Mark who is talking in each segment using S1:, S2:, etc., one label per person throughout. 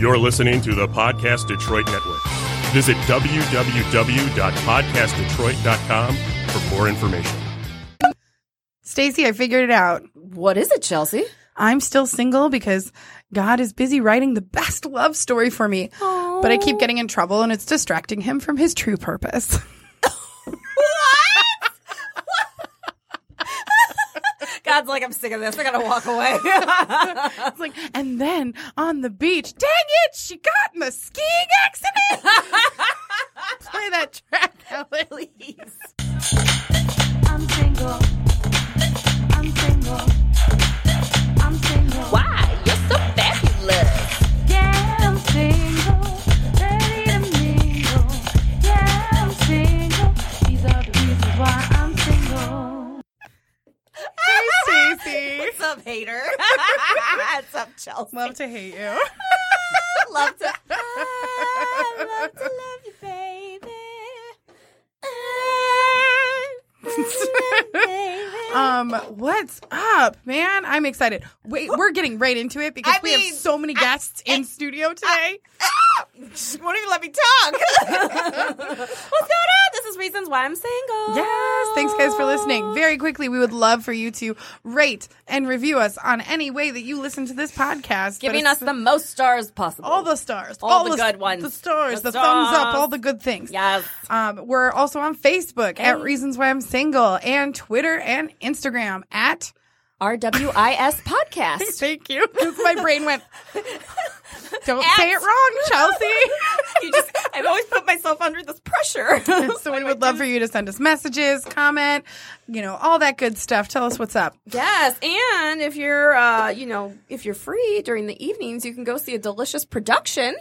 S1: You're listening to the Podcast Detroit Network. Visit www.podcastdetroit.com for more information.
S2: Stacy, I figured it out.
S3: What is it, Chelsea?
S2: I'm still single because God is busy writing the best love story for me. But I keep getting in trouble and it's distracting him from his true purpose.
S3: God's like, I'm sick of this. I gotta walk away.
S2: It's like, and then on the beach, dang it, she got in a skiing accident. Play that track, Ellen.
S4: I'm single. I'm single. I'm single.
S3: Why? You're so fabulous.
S4: Yeah, I'm single. Ready to mingle. Yeah, I'm single. These are the reasons why I'm single.
S2: Hey, Stacey.
S3: What's up, hater? What's up, Chelsea?
S2: Love to hate you.
S3: love to. I love to love you, baby. I love you, baby.
S2: Um, what's up, man? I'm excited. Wait, we're getting right into it because
S3: I
S2: we
S3: mean,
S2: have so many guests in studio today.
S3: She won't even let me talk. What's going on? This is Reasons Why I'm Single.
S2: Yes, thanks guys for listening. Very quickly, we would love for you to rate and review us on any way that you listen to this podcast.
S3: Giving
S2: But
S3: us the most stars possible.
S2: all the stars,
S3: all the good ones.
S2: the stars, the,
S3: The
S2: thumbs up,
S3: stars.
S2: all the good things.
S3: Yes.
S2: Um, we're also on Facebook at
S3: Hey.
S2: Reasons Why I'm Single and Twitter and Instagram at.
S3: RWIS podcast.
S2: Thank you. 'Cause My brain went. Don't say it wrong, Chelsea.
S3: you just I've always put myself under this pressure.
S2: So
S3: Oh
S2: we would love for you to send us messages, comment, you know, all that good stuff. Tell us what's up.
S3: yes, and if you're uh, you know, if you're free during the evenings, you can go see a delicious production.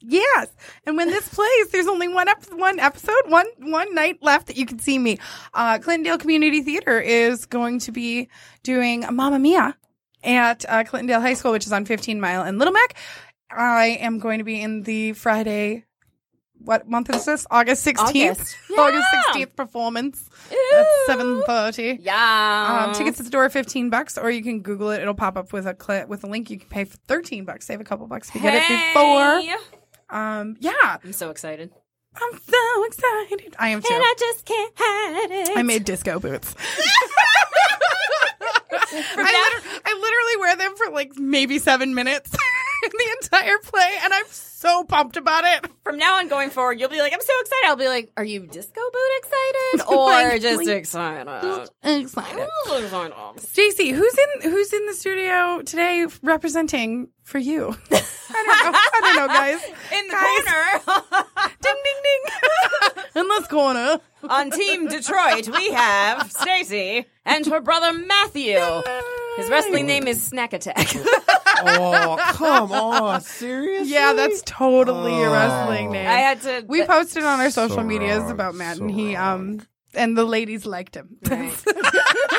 S2: Yes. And when this plays, there's only one ep- one episode, one one night left that you can see me. Uh Clintondale Community Theater is going to be doing Mamma Mia at uh, Clintondale High School, which is on 15 Mile and Little Mac. I am going to be in the Friday what month is this? August 16th.
S3: August.
S2: August
S3: Yeah.
S2: 16th performance at 7:30.
S3: Yeah.
S2: Um, tickets at the door are fifteen bucks, or you can Google it. It'll pop up with a clip with a link. You can pay for thirteen bucks. Save a couple bucks if you get it before. Um, yeah,
S3: I'm so excited.
S2: I'm so excited. I am too.
S3: just can't hide it.
S2: I made disco boots. I, liter- I literally wear them for like maybe seven minutes in the entire play, and I'm so pumped about it.
S3: From now on going forward, you'll be like, I'm so excited. I'll be like, Are you disco boot excited?
S2: Like,
S3: Or just
S2: like-
S3: excited?
S2: Excited. Stacey, who's in who's in the studio today representing for you? I don't know. I don't know, guys.
S3: In the
S2: Guys.
S3: corner
S2: Ding ding ding. in this corner.
S3: on Team Detroit, we have Stacy and her brother Matthew. His wrestling name is Snack Attack.
S5: oh, come on. Seriously?
S2: Yeah, that's totally your
S5: Oh.
S2: wrestling name.
S3: I had to.
S2: we posted on our social
S5: So
S2: medias
S5: wrong,
S2: about Matt,
S5: so
S2: and he um and the ladies liked him.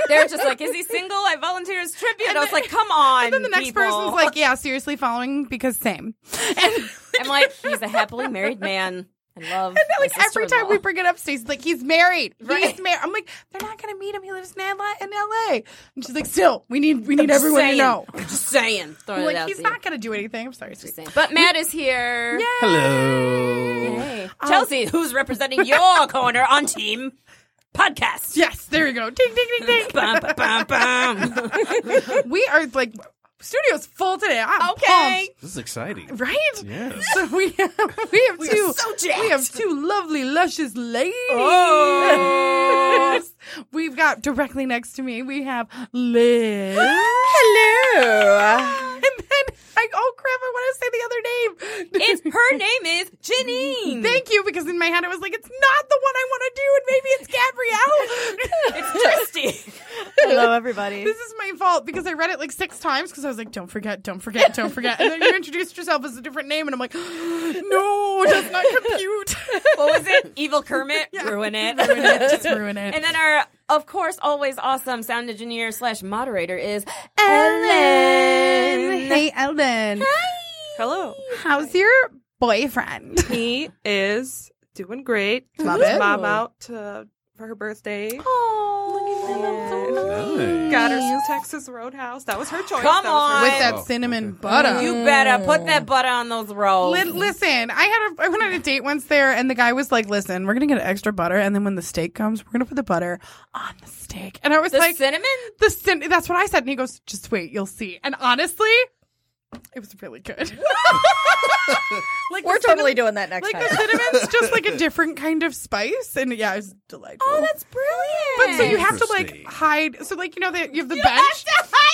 S3: Right. They're just like, is he single? I volunteer as tribute. I was like, come on.
S2: and then the next
S3: people."
S2: person's like, "Yeah, seriously, following because same." And
S3: I'm like, he's a happily married man. I love. And
S2: like every time we bring it up, Stacey's like, "He's married,
S3: Right.
S2: he's married." I'm like, "They're not gonna meet him. He lives in LA." In LA. And she's like, "Still, we need we need everyone to know."
S3: I'm just saying. Throwing
S2: I'm
S3: it
S2: like,
S3: out
S2: he's
S3: to
S2: not gonna do anything. I'm sorry,
S3: you.
S2: sweetie.
S3: Saying. But Matt is here.
S5: Hello.
S3: Hey.
S2: um,
S3: Chelsea, who's representing your corner on Team Podcast?
S2: Yes, there you go. Ding ding ding ding.
S3: Bum, ba, bum, bum.
S2: we are like studio's full today. I'm
S3: Okay.
S5: This is exciting.
S2: pumped, right?
S5: Yes.
S2: So we have we have
S3: are
S2: two
S3: so jacked.
S2: we have two lovely luscious ladies.
S3: Oh.
S2: We've got directly next to me we have Liz.
S3: Hello.
S2: And then I oh crap, I want to say the other name.
S3: It's her name is Janine.
S2: Thank you, because in my head I was like, it's not the one I want to do, and maybe it's Gabrielle.
S3: it's Justy.
S6: Hello, everybody.
S2: this is my fault because I read it like six times because I was like, don't forget, don't forget, don't forget. And then you introduced yourself as a different name, and I'm like, no, it does not compute.
S3: What was it? Evil Kermit. Ruin it.
S2: ruin it, just ruin it.
S3: And then our, of course, always awesome sound engineer slash moderator is Ellen.
S2: hey, Ellen,
S6: Hello.
S2: how's your boyfriend?
S6: He is doing great. Took
S2: Love
S6: his
S2: it.
S6: mom out to, for her birthday.
S3: Oh, look at that.
S5: Nice. Nice.
S6: Got her some Texas Roadhouse. That was her choice.
S3: Come
S6: That was her
S3: on.
S2: with
S3: I-
S2: that
S5: Oh,
S2: cinnamon
S5: okay.
S2: butter.
S3: You better put that butter on those
S7: Oh.
S3: rolls.
S2: Li- listen, I had a I went on a date once there, and the guy was like, "Listen, we're gonna get extra butter, and then when the steak comes, we're gonna put the butter on the steak." And I was
S3: the
S2: like,
S3: cinnamon?
S2: "The cin- that's what I said." And he goes, "Just wait, you'll see." And honestly, it was really good. like
S7: We're
S2: the
S7: totally
S2: cinnamon-
S7: doing that next
S2: Like
S7: time.
S2: the cinnamon's just like a different kind of spice, and yeah, it was delightful.
S3: brilliant.
S2: But so you have to like
S5: Interesting.
S2: hide. So like you know that you have the bench.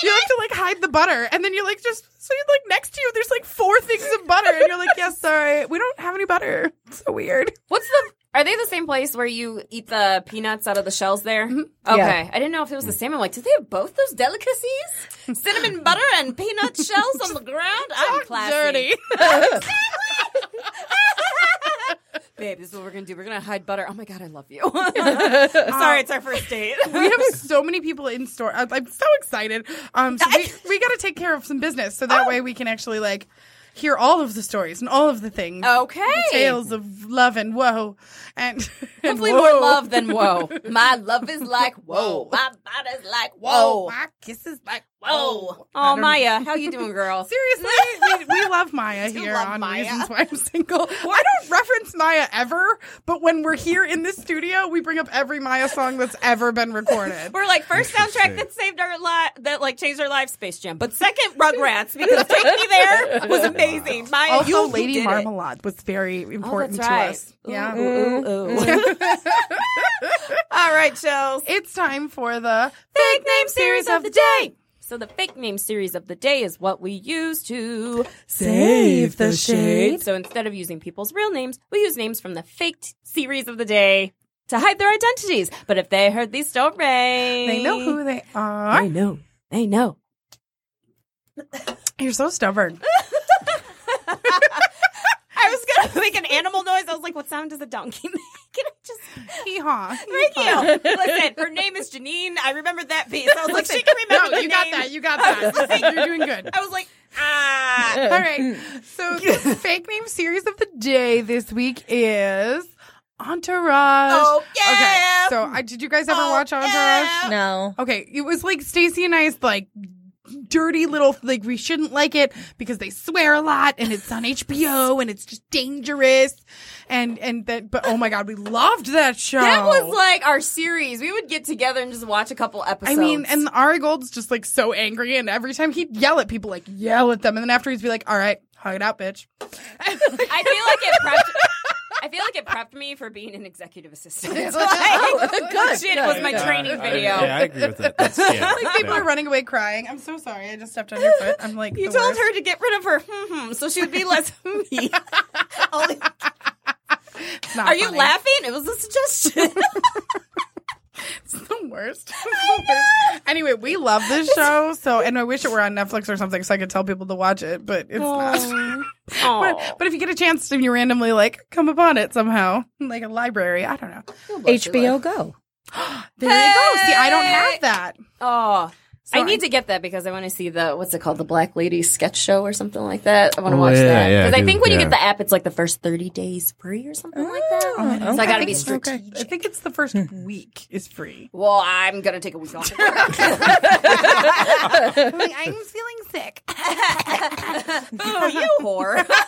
S2: you have to like hide the butter, and then you're like just so you like next to you. There's like four things of butter, and you're like, yes, sorry, we don't have any butter. It's so weird.
S3: What's the? Are they the same place where you eat the peanuts out of the shells? There. Okay,
S7: Yeah.
S3: I didn't know if it was the same. I'm like, do they have both those delicacies? Cinnamon butter and peanut shells on the ground. I'm classy.
S2: Dirty.
S3: Babe, this is what we're gonna do. We're gonna hide butter. Oh my god, I love you. Sorry, it's our first date.
S2: we have so many people in store. I, I'm so excited. Um, so we, we got to take care of some business so
S3: Oh.
S2: that way we can actually like hear all of the stories and all of the things.
S3: Okay.
S2: The tales of love and woe, and and
S3: Hopefully
S2: woe.
S3: more love than whoa. My love is like whoa.
S2: Whoa.
S3: My body's like
S2: Whoa,
S3: whoa.
S2: my kisses like
S3: Whoa.
S2: whoa. I
S3: Oh
S2: don't-
S3: Maya, how you doing, girl?
S2: Seriously, we, we love Maya here
S3: love
S2: on
S3: Maya.
S2: Reasons Why I'm Single. I don't reference Maya ever, but when we're here in this studio, we bring up every Maya song that's ever been recorded.
S3: We're like first soundtrack
S5: Interesting.
S3: that saved our life, that like changed our life, Space Jam. But second, Rugrats because Take Me There was amazing. Maya,
S2: also,
S3: you
S2: Lady
S3: did it. Oh,
S2: Marmalade was very important
S3: that's right.
S2: to us. Yeah.
S3: Ooh, ooh, ooh. All right, Chels.
S2: It's time for the
S3: Fake name series of the day. So the fake name series of the day is what we use to
S2: Save the Shade.
S3: So instead of using people's real names, we use names from the faked series of the day to hide their identities. But if they heard these stories,
S2: They
S3: they
S2: know who they are.
S3: know. They know.
S2: You're so stubborn.
S3: I was gonna make an animal noise. I was like, "What sound does a donkey make?" Can I just
S2: Hee haw.
S3: thank you? Listen, her name is Janine. I remembered that piece. I was like, she can remember.
S2: No,
S3: the
S2: you got
S3: name.
S2: that. You got that. You're doing good.
S3: I was like, ah.
S2: All right. So the fake name series of the day this week is Entourage.
S3: Oh, yeah.
S2: Okay. So I, did you guys ever
S3: Oh,
S2: watch Entourage?
S3: yeah.
S7: no.
S2: Okay. It was like Stacey and I's like dirty little like we shouldn't like it because they swear a lot and it's on HBO and it's just dangerous and and that but oh my god we loved that show.
S3: That was like our series. We would get together and just watch a couple
S2: I
S3: episodes.
S2: mean, and Ari Gold's just like so angry, and every time he'd yell at people, like yell at them, and then after he'd be like, "All right, hug it out, bitch."
S3: I feel like it prepped. I feel like it prepped me for being an executive assistant. Like, legit was my
S7: good.
S3: training video.
S5: I, yeah, I agree with that. That's, yeah,
S2: like people
S5: yeah.
S2: are running away crying. I'm so sorry. I just stepped on your foot. I'm like,
S3: You
S2: the
S3: told
S2: worst.
S3: her to get rid of her hmm so she would be less "Hmm." me.
S2: It's not
S3: Are you
S2: funny.
S3: laughing? It was a suggestion.
S2: It's the worst. anyway, we love this show. So, and I wish it were on Netflix or something so I could tell people to watch it, but it's not. but, but if you get a chance and you randomly like come upon it somehow, like a library, I don't know.
S7: HBO Go.
S2: There you go. See, I don't have that.
S3: Oh.
S2: Sorry.
S3: I need to get that because I want to see the what's it called the Black Lady sketch show or something like that. I want to
S5: Oh,
S3: watch
S5: yeah,
S3: that
S5: yeah, I
S3: because I
S5: do.
S3: think when you
S5: Yeah.
S3: get the app, it's like the first thirty days free or something like that.
S2: Oh,
S3: So I gotta
S2: think-
S3: be
S2: okay.
S3: strategic.
S2: I think it's the first week is free.
S3: Well, I'm gonna take a week off.
S2: I'm, like, I'm feeling sick.
S3: Boo, you whore.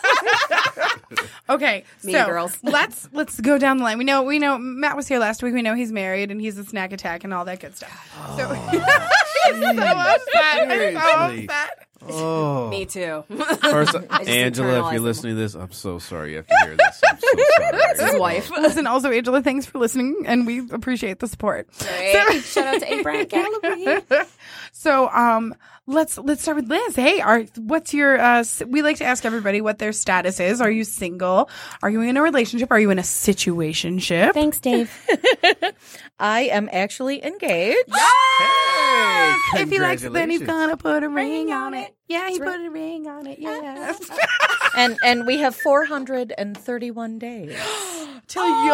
S2: Okay,
S3: Mean
S2: so
S3: Girls.
S2: let's let's go down the line. We know we know Matt was here last week. We know he's married and he's a snack attack and all that good stuff. so, I'm so upset. I'm so
S5: Oh, Seriously.
S2: upset.
S5: Oh.
S3: Me too.
S5: First,
S3: just
S5: Angela,
S3: internalized
S5: if
S3: them.
S5: you're listening to this, I'm so sorry you have to hear this. I'm so sorry.
S3: His wife.
S2: Listen, also Angela, thanks for listening, and we appreciate the support.
S3: Right. Shout out to Abraham Galloway.
S2: So, um, let's let's start with Liz. Hey, are what's your? Uh, s- we like to ask everybody what their status is. Are you single? Are you in a relationship? Are you in a situationship?
S3: Thanks, Dave.
S7: I am actually engaged.
S5: Hey,
S2: If he likes it, then he's
S5: congratulations.
S2: gonna put a ring on it. Yeah, he put a ring on it. Yeah.
S7: and and we have 431 days.
S2: Till
S5: Oh,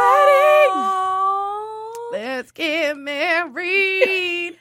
S3: Oh.
S2: your wedding. Let's get married.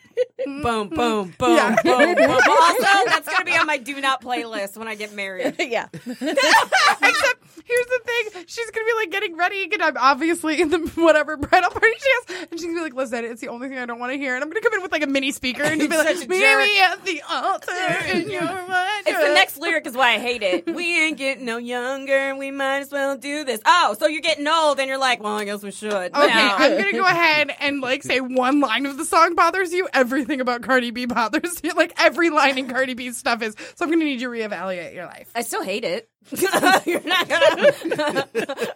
S3: boom, boom, boom,
S2: Yeah.
S3: boom, boom. But Also, that's gonna be on my do not playlist when I get married.
S7: yeah.
S2: Except here's the thing: she's gonna be like getting ready, and I'm obviously in the whatever bridal party she has, and she's gonna be like, "Listen, it's the only thing I don't want to hear," and I'm gonna come in with like a mini speaker and just be
S3: Such a
S2: like, "Meet
S3: jerk.
S2: me at the altar in your mind."
S3: It's the next lyric is why I hate it. We ain't getting no younger. We might as well do this. Oh, so you're getting old, and you're like, well, I guess we should.
S2: Okay,
S3: No.
S2: I'm gonna go ahead and like say one line of the song bothers you. Everything about Cardi B bothers you. Like every line in Cardi B's stuff is. So I'm gonna need you to reevaluate your life.
S3: I still hate it. You're not gonna.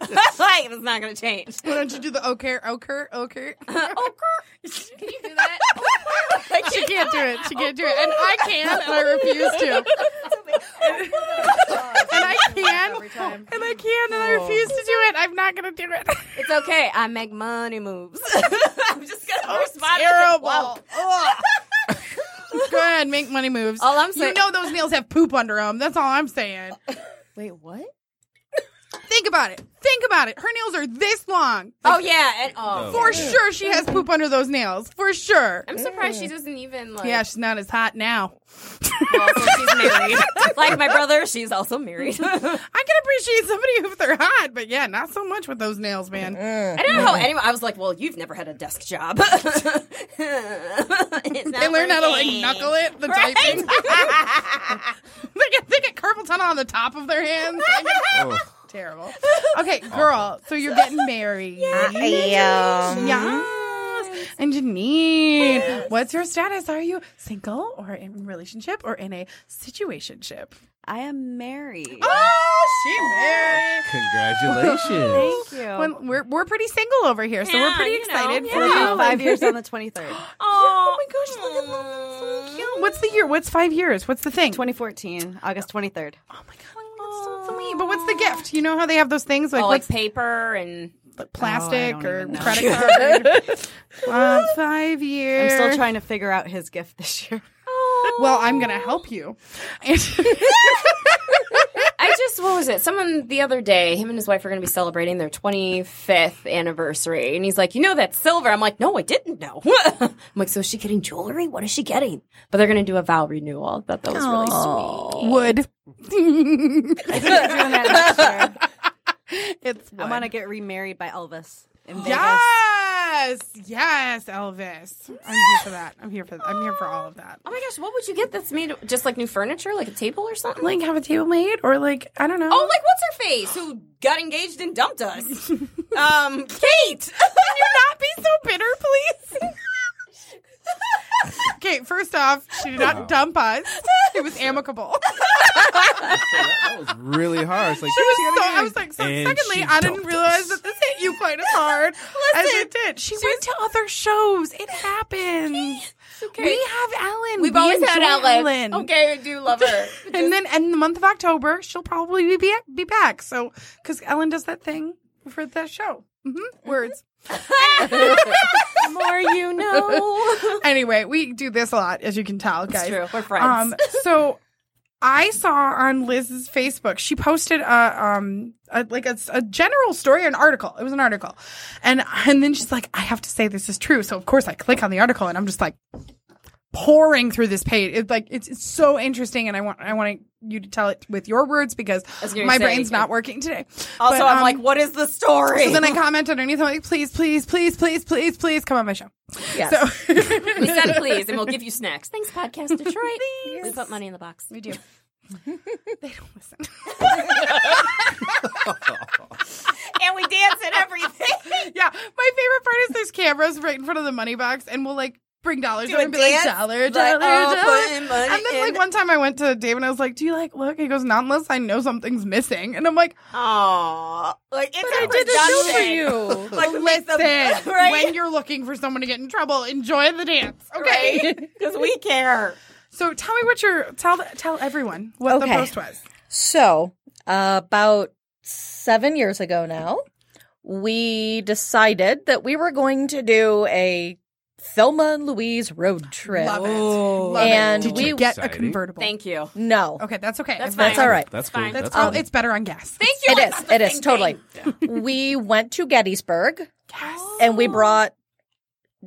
S3: like, it's not gonna change.
S2: Why don't you do the okay, okay, okay?
S3: Can you do that?
S2: She can't do it. She can't do it, and I can, and I refuse to. And I can, and I can, and I
S3: Oh.
S2: refuse to do it. I'm not gonna do it.
S3: It's okay. I make money moves. I'm just gonna respond. to the
S2: Terrible.
S3: whoa. Oh,
S2: Go ahead, make money moves.
S3: All I'm
S2: You
S3: saying-
S2: know those nails have poop under them. That's all I'm saying.
S7: Wait, what?
S2: Think about it. Think about it. Her nails are this long.
S3: Oh yeah, and oh.
S5: Oh.
S2: For sure, she has poop under those nails. For sure.
S3: I'm surprised she doesn't even like.
S2: Yeah, she's not as hot now.
S3: well, so she's married. like my brother, she's also married. I
S2: I can appreciate somebody if they're hot, but yeah, not so much with those nails, man.
S3: don't know how anyone. I was like, well, you've never had a desk job.
S2: They
S3: they
S2: learn how to like knuckle it, the typing. they, get, they get carpal tunnel on the top of their hands. Like,
S5: Oh,
S2: terrible. Okay, girl, so you're getting married.
S7: Yeah.
S2: Yes. And Janine, what's your status? Are you single or in a relationship or in a situationship?
S3: I am married.
S2: Oh, she married.
S5: congratulations.
S3: Thank you.
S2: When we're, we're pretty single over here, so we're
S3: Yeah,
S2: pretty
S3: you know,
S2: excited for
S3: yeah.
S2: you.
S8: Five years on the 23rd,
S3: oh
S2: my gosh, look at them. So cute. What's the year? What's five years? What's the thing?
S8: 2014, August 23rd.
S2: Oh my god, that's so sweet. But what's the gift? You know how they have those things like,
S3: Oh, like
S2: what's
S3: paper and
S2: like plastic
S8: Oh, I don't
S2: or
S8: even know.
S2: credit card? um, five
S8: I'm
S2: years.
S8: still trying to figure out his gift this year.
S2: Well, I'm gonna help you.
S3: I just what was it? Someone the other day, him and his wife are going to be celebrating their 25th anniversary, and he's like, "You know that's silver." I'm like, "No, I didn't know." I'm like, "So is she getting jewelry? What is she getting?" But they're going to do a vow renewal. I thought that was really sweet.
S2: Wood. it's
S8: I
S2: wood.
S8: want to get remarried by Elvis in Vegas.
S2: Yes, yes, Elvis. I'm here for that. I'm here for. I'm here for all of that.
S3: Oh my gosh, what would you get that's made just like new furniture, like a table or something?
S2: Like have a table made, or like I don't know.
S3: oh, like what's her face who got engaged and dumped us? um, Kate.
S2: Can you not be so bitter, please? okay, first off, she did not dump us. It was amicable.
S5: That was really hard. It's like,
S2: so I was like, so
S5: And
S2: secondly,
S5: she
S2: I didn't
S5: dumped
S2: realize
S5: us.
S2: that this hit you quite as hard as
S3: Listen,
S2: it did. She went to other shows. It happens.
S3: okay.
S2: We have Ellen.
S3: We've
S2: We
S3: always had
S2: enjoy
S3: Ellen. Oh, Okay, I do love her.
S2: And then in the month of October, she'll probably be be back. So, because Ellen does that thing for that show. hmm Words.
S3: More you know.
S2: Anyway, we do this a lot, as you can tell, guys.
S3: It's true. We're friends.
S2: Um, so I saw on Liz's Facebook, she posted a um a, like a, a general story, an article. It was an article, and and then she's like, I have to say this is true. So of course I click on the article, and I'm just like pouring through this page. It's like it's, it's so interesting, and I want I want you to tell it with your words because
S3: was gonna
S2: my
S3: say,
S2: brain's
S3: yeah.
S2: not working today.
S3: Also,
S2: But,
S3: I'm
S2: um,
S3: like, what is the story?
S2: So then I comment underneath. I'm like, please, please, please, please, please, please, come on my show. So
S3: we said please, and we'll give you snacks. Thanks, Podcast Detroit. We put money in the box.
S2: we do. they don't listen.
S3: And we dance and everything.
S2: Yeah, my favorite part is there's cameras right in front of the money box, and we'll like bring dollars
S3: Do
S2: over
S3: a
S2: and be like
S3: dance,
S2: dollar, dollar,
S3: like, oh,
S2: dollar.
S3: putting money
S2: And then
S3: in.
S2: like one time I went to Dave and I was like, "Do you like look?" He goes, "Not unless I know something's missing," and I'm like,
S3: Aww. Like, it's
S2: I
S3: a
S2: did a show for
S3: production.
S7: You.
S3: Like, make
S2: "Listen,
S3: them- right?
S2: when you're looking for someone to get in trouble, enjoy the dance, okay?"
S3: Because we care.
S2: So tell me what your tell tell everyone what the
S7: Okay.
S2: post was.
S7: So, uh, about seven years ago now, we decided that we were going to do a Thelma and Louise road trip.
S2: Love it, love
S7: And
S2: it. Did
S7: we-
S2: you get a
S5: Exciting.
S2: convertible?
S3: Thank you.
S7: No,
S2: Okay, that's okay.
S3: That's
S7: that's
S3: fine.
S7: all right.
S5: That's cool.
S3: fine.
S5: That's,
S2: That's oh, it's better on gas.
S3: Thank you.
S7: It
S3: I
S7: is.
S3: thought the
S7: It is
S3: same
S7: totally.
S3: thing.
S7: We went to Gettysburg, and we brought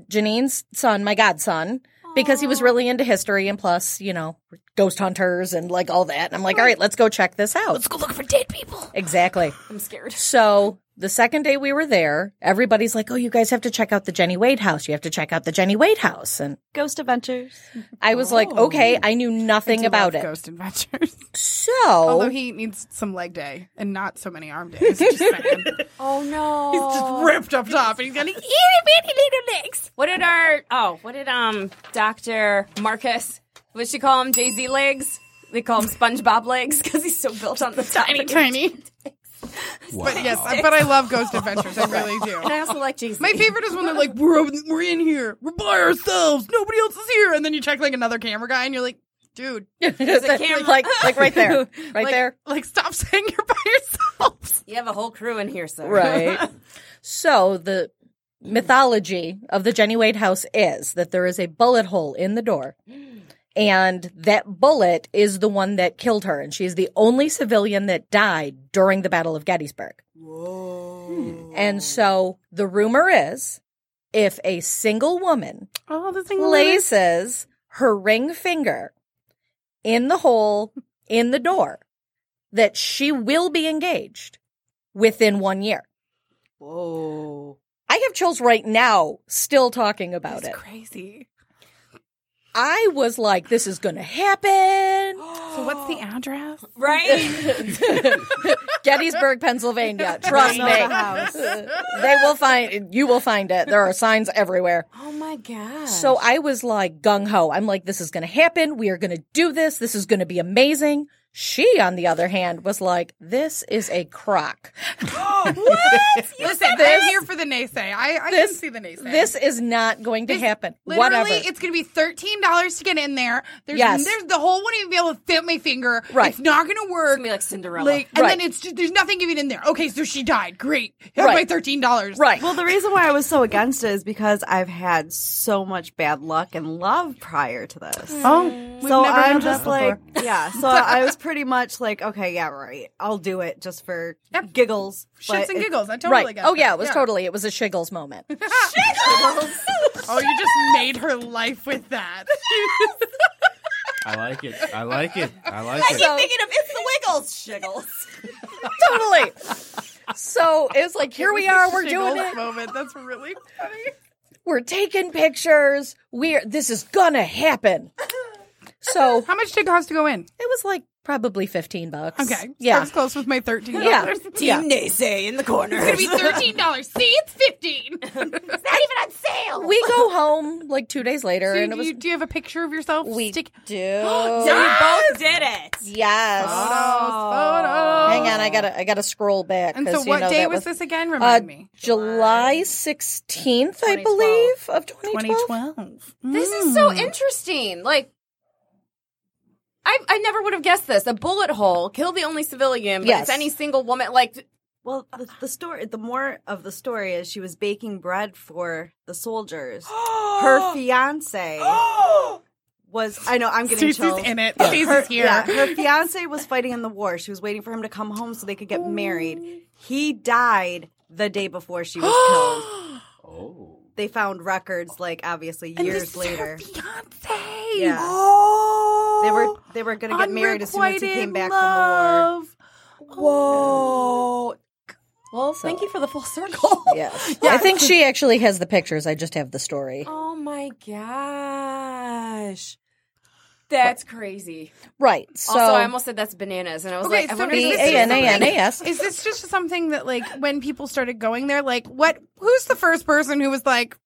S7: Janine's son, my godson, because he was really into history and plus, you know, ghost hunters and like all that. And I'm like, all right, let's go check this out. Let's go look for dead people. Exactly.
S3: I'm scared.
S7: So the second day we were there, everybody's like, oh, you guys have to check out the Jenny Wade house. You have to check out the Jenny Wade house. And
S8: Ghost Adventures.
S7: I was like, okay, I knew nothing
S2: do
S7: about
S2: love
S7: it.
S2: Ghost Adventures. Oh.
S7: So
S2: Although he needs some leg day and not so many arm days. Just saying.
S3: Oh no.
S2: He's just ripped up top and he's gonna eat.
S3: itty bitty little legs. What did our oh, what did um Doctor Marcus? What she call him? Jay Z legs. They call him SpongeBob legs because he's so built on the top.
S2: Tiny,
S3: of it.
S2: tiny. But yes, I- but I love Ghost Adventures. I really do.
S3: And I also like Jay Z.
S2: My favorite is when they're like, "We're open, we're in here, we're by ourselves, nobody else is here," and then you check like another camera guy, and you're like, "Dude,
S3: a camera.
S7: like like right there. Right
S2: like,
S7: there.
S2: like stop saying you're by yourselves."
S3: You have a whole crew in here, sir.
S7: Right. so the mythology of the Jenny Wade house is that there is a bullet hole in the door. And that bullet is the one that killed her, and she's the only civilian that died during the Battle of Gettysburg. Whoa. And so the rumor is if a single woman
S2: Oh, the thing
S7: places her ring finger in the hole in the door that she will be engaged within one year.
S8: Whoa.
S7: I have chills right now still talking about it.
S2: crazy.
S7: I was like, this is going to happen.
S2: So what's the address?
S3: Right.
S7: Gettysburg, Pennsylvania. Trust
S8: Don't know the
S7: me.
S8: house.
S7: They will find, you will find it. There are signs everywhere.
S3: oh my god.
S7: So I was like gung ho. I'm like, this is going to happen. We are going to do this. This is going to be amazing. She, on the other hand, was like, this is a crock.
S2: Listen, I'm here for the naysay. I, I
S7: This-
S2: can see the naysay.
S7: This is not going to happen.
S2: Literally,
S7: Whatever.
S2: it's going to be thirteen dollars to get in there. There's,
S7: Yes.
S2: there's the hole won't even be able to fit my finger.
S7: Right.
S2: it's not going to work.
S3: It's gonna be like Cinderella.
S2: Like, and
S7: Right.
S2: then it's just, there's nothing even in there. Okay, so she died. Great, have
S7: Right.
S2: my thirteen dollars.
S7: right.
S8: Well, the reason why I was so against it is because I've had so much bad luck and love prior to this.
S2: Oh,
S8: so I'm just like, yeah. So I was pretty much like, okay, yeah, right. I'll do it just for
S2: Yep.
S8: giggles.
S2: shits
S8: but
S2: and
S8: it-
S2: giggles. I totally
S7: right.
S2: get
S7: Oh,
S2: that.
S7: yeah. It was totally, it was a shiggles moment.
S2: Oh, you just made her life with that.
S5: I like it. I like it. I like
S3: I
S5: it.
S3: keep thinking of it's the Wiggles shiggles.
S7: totally. So it was like, here we are, we're doing
S2: Giggles
S7: it,
S2: moment. That's really funny.
S7: we're taking pictures, we're this is gonna happen. So it
S2: How much did it cost to go in?
S7: was like probably fifteen bucks.
S2: Okay, I
S7: Yeah.
S2: was close with my thirteen
S7: Yeah.
S2: dollars.
S7: Yeah.
S3: Naysay in the corner.
S2: It's gonna be thirteen dollars. See, it's fifteen.
S3: not even on sale.
S7: We go home like two days later
S2: Do
S7: and it was
S2: you, do you have a picture of yourself?
S7: we
S2: Stick-
S7: do
S3: So we both did it.
S7: Yes.
S2: photos,
S7: Hang on, I gotta I gotta scroll back.
S2: Oh. And
S7: 'cause,
S2: so,
S7: you
S2: what
S7: know,
S2: day
S7: that
S2: was this again?
S7: Uh,
S2: Remind me.
S7: July sixteenth, I believe, of twenty twelve.
S3: This is so interesting. Like, I I never would have guessed this. A bullet hole killed the only civilian, but
S7: Yes.
S3: it's any single woman. Like,
S8: Well, the, the story, the more of the story is she was baking bread for the soldiers. Her fiance was, I know, I'm getting
S2: Stacey's
S8: chills.
S2: in it.
S8: Her,
S2: Stacey's here.
S8: yeah, her fiance was fighting in the war. She was waiting for him to come home so they could get married. He died the day before she was killed.
S5: Oh.
S8: They found records, like obviously years later.
S2: fiance.
S8: Yeah.
S2: Oh,
S8: They were they were going to get married as soon as he came back from
S2: from the war. Whoa.
S3: well, thank you for the full circle.
S7: Yes. I think she actually has the pictures. I just have the story.
S3: Oh my gosh, that's crazy.
S7: Right. So
S3: also, I almost said that's bananas, and I was
S2: Okay,
S3: like, I
S2: so
S3: wonder
S2: is
S7: B
S3: if
S7: A N A N A S.
S2: Is this just something that, like, when people started going there, like, what? Who's the first person who was like,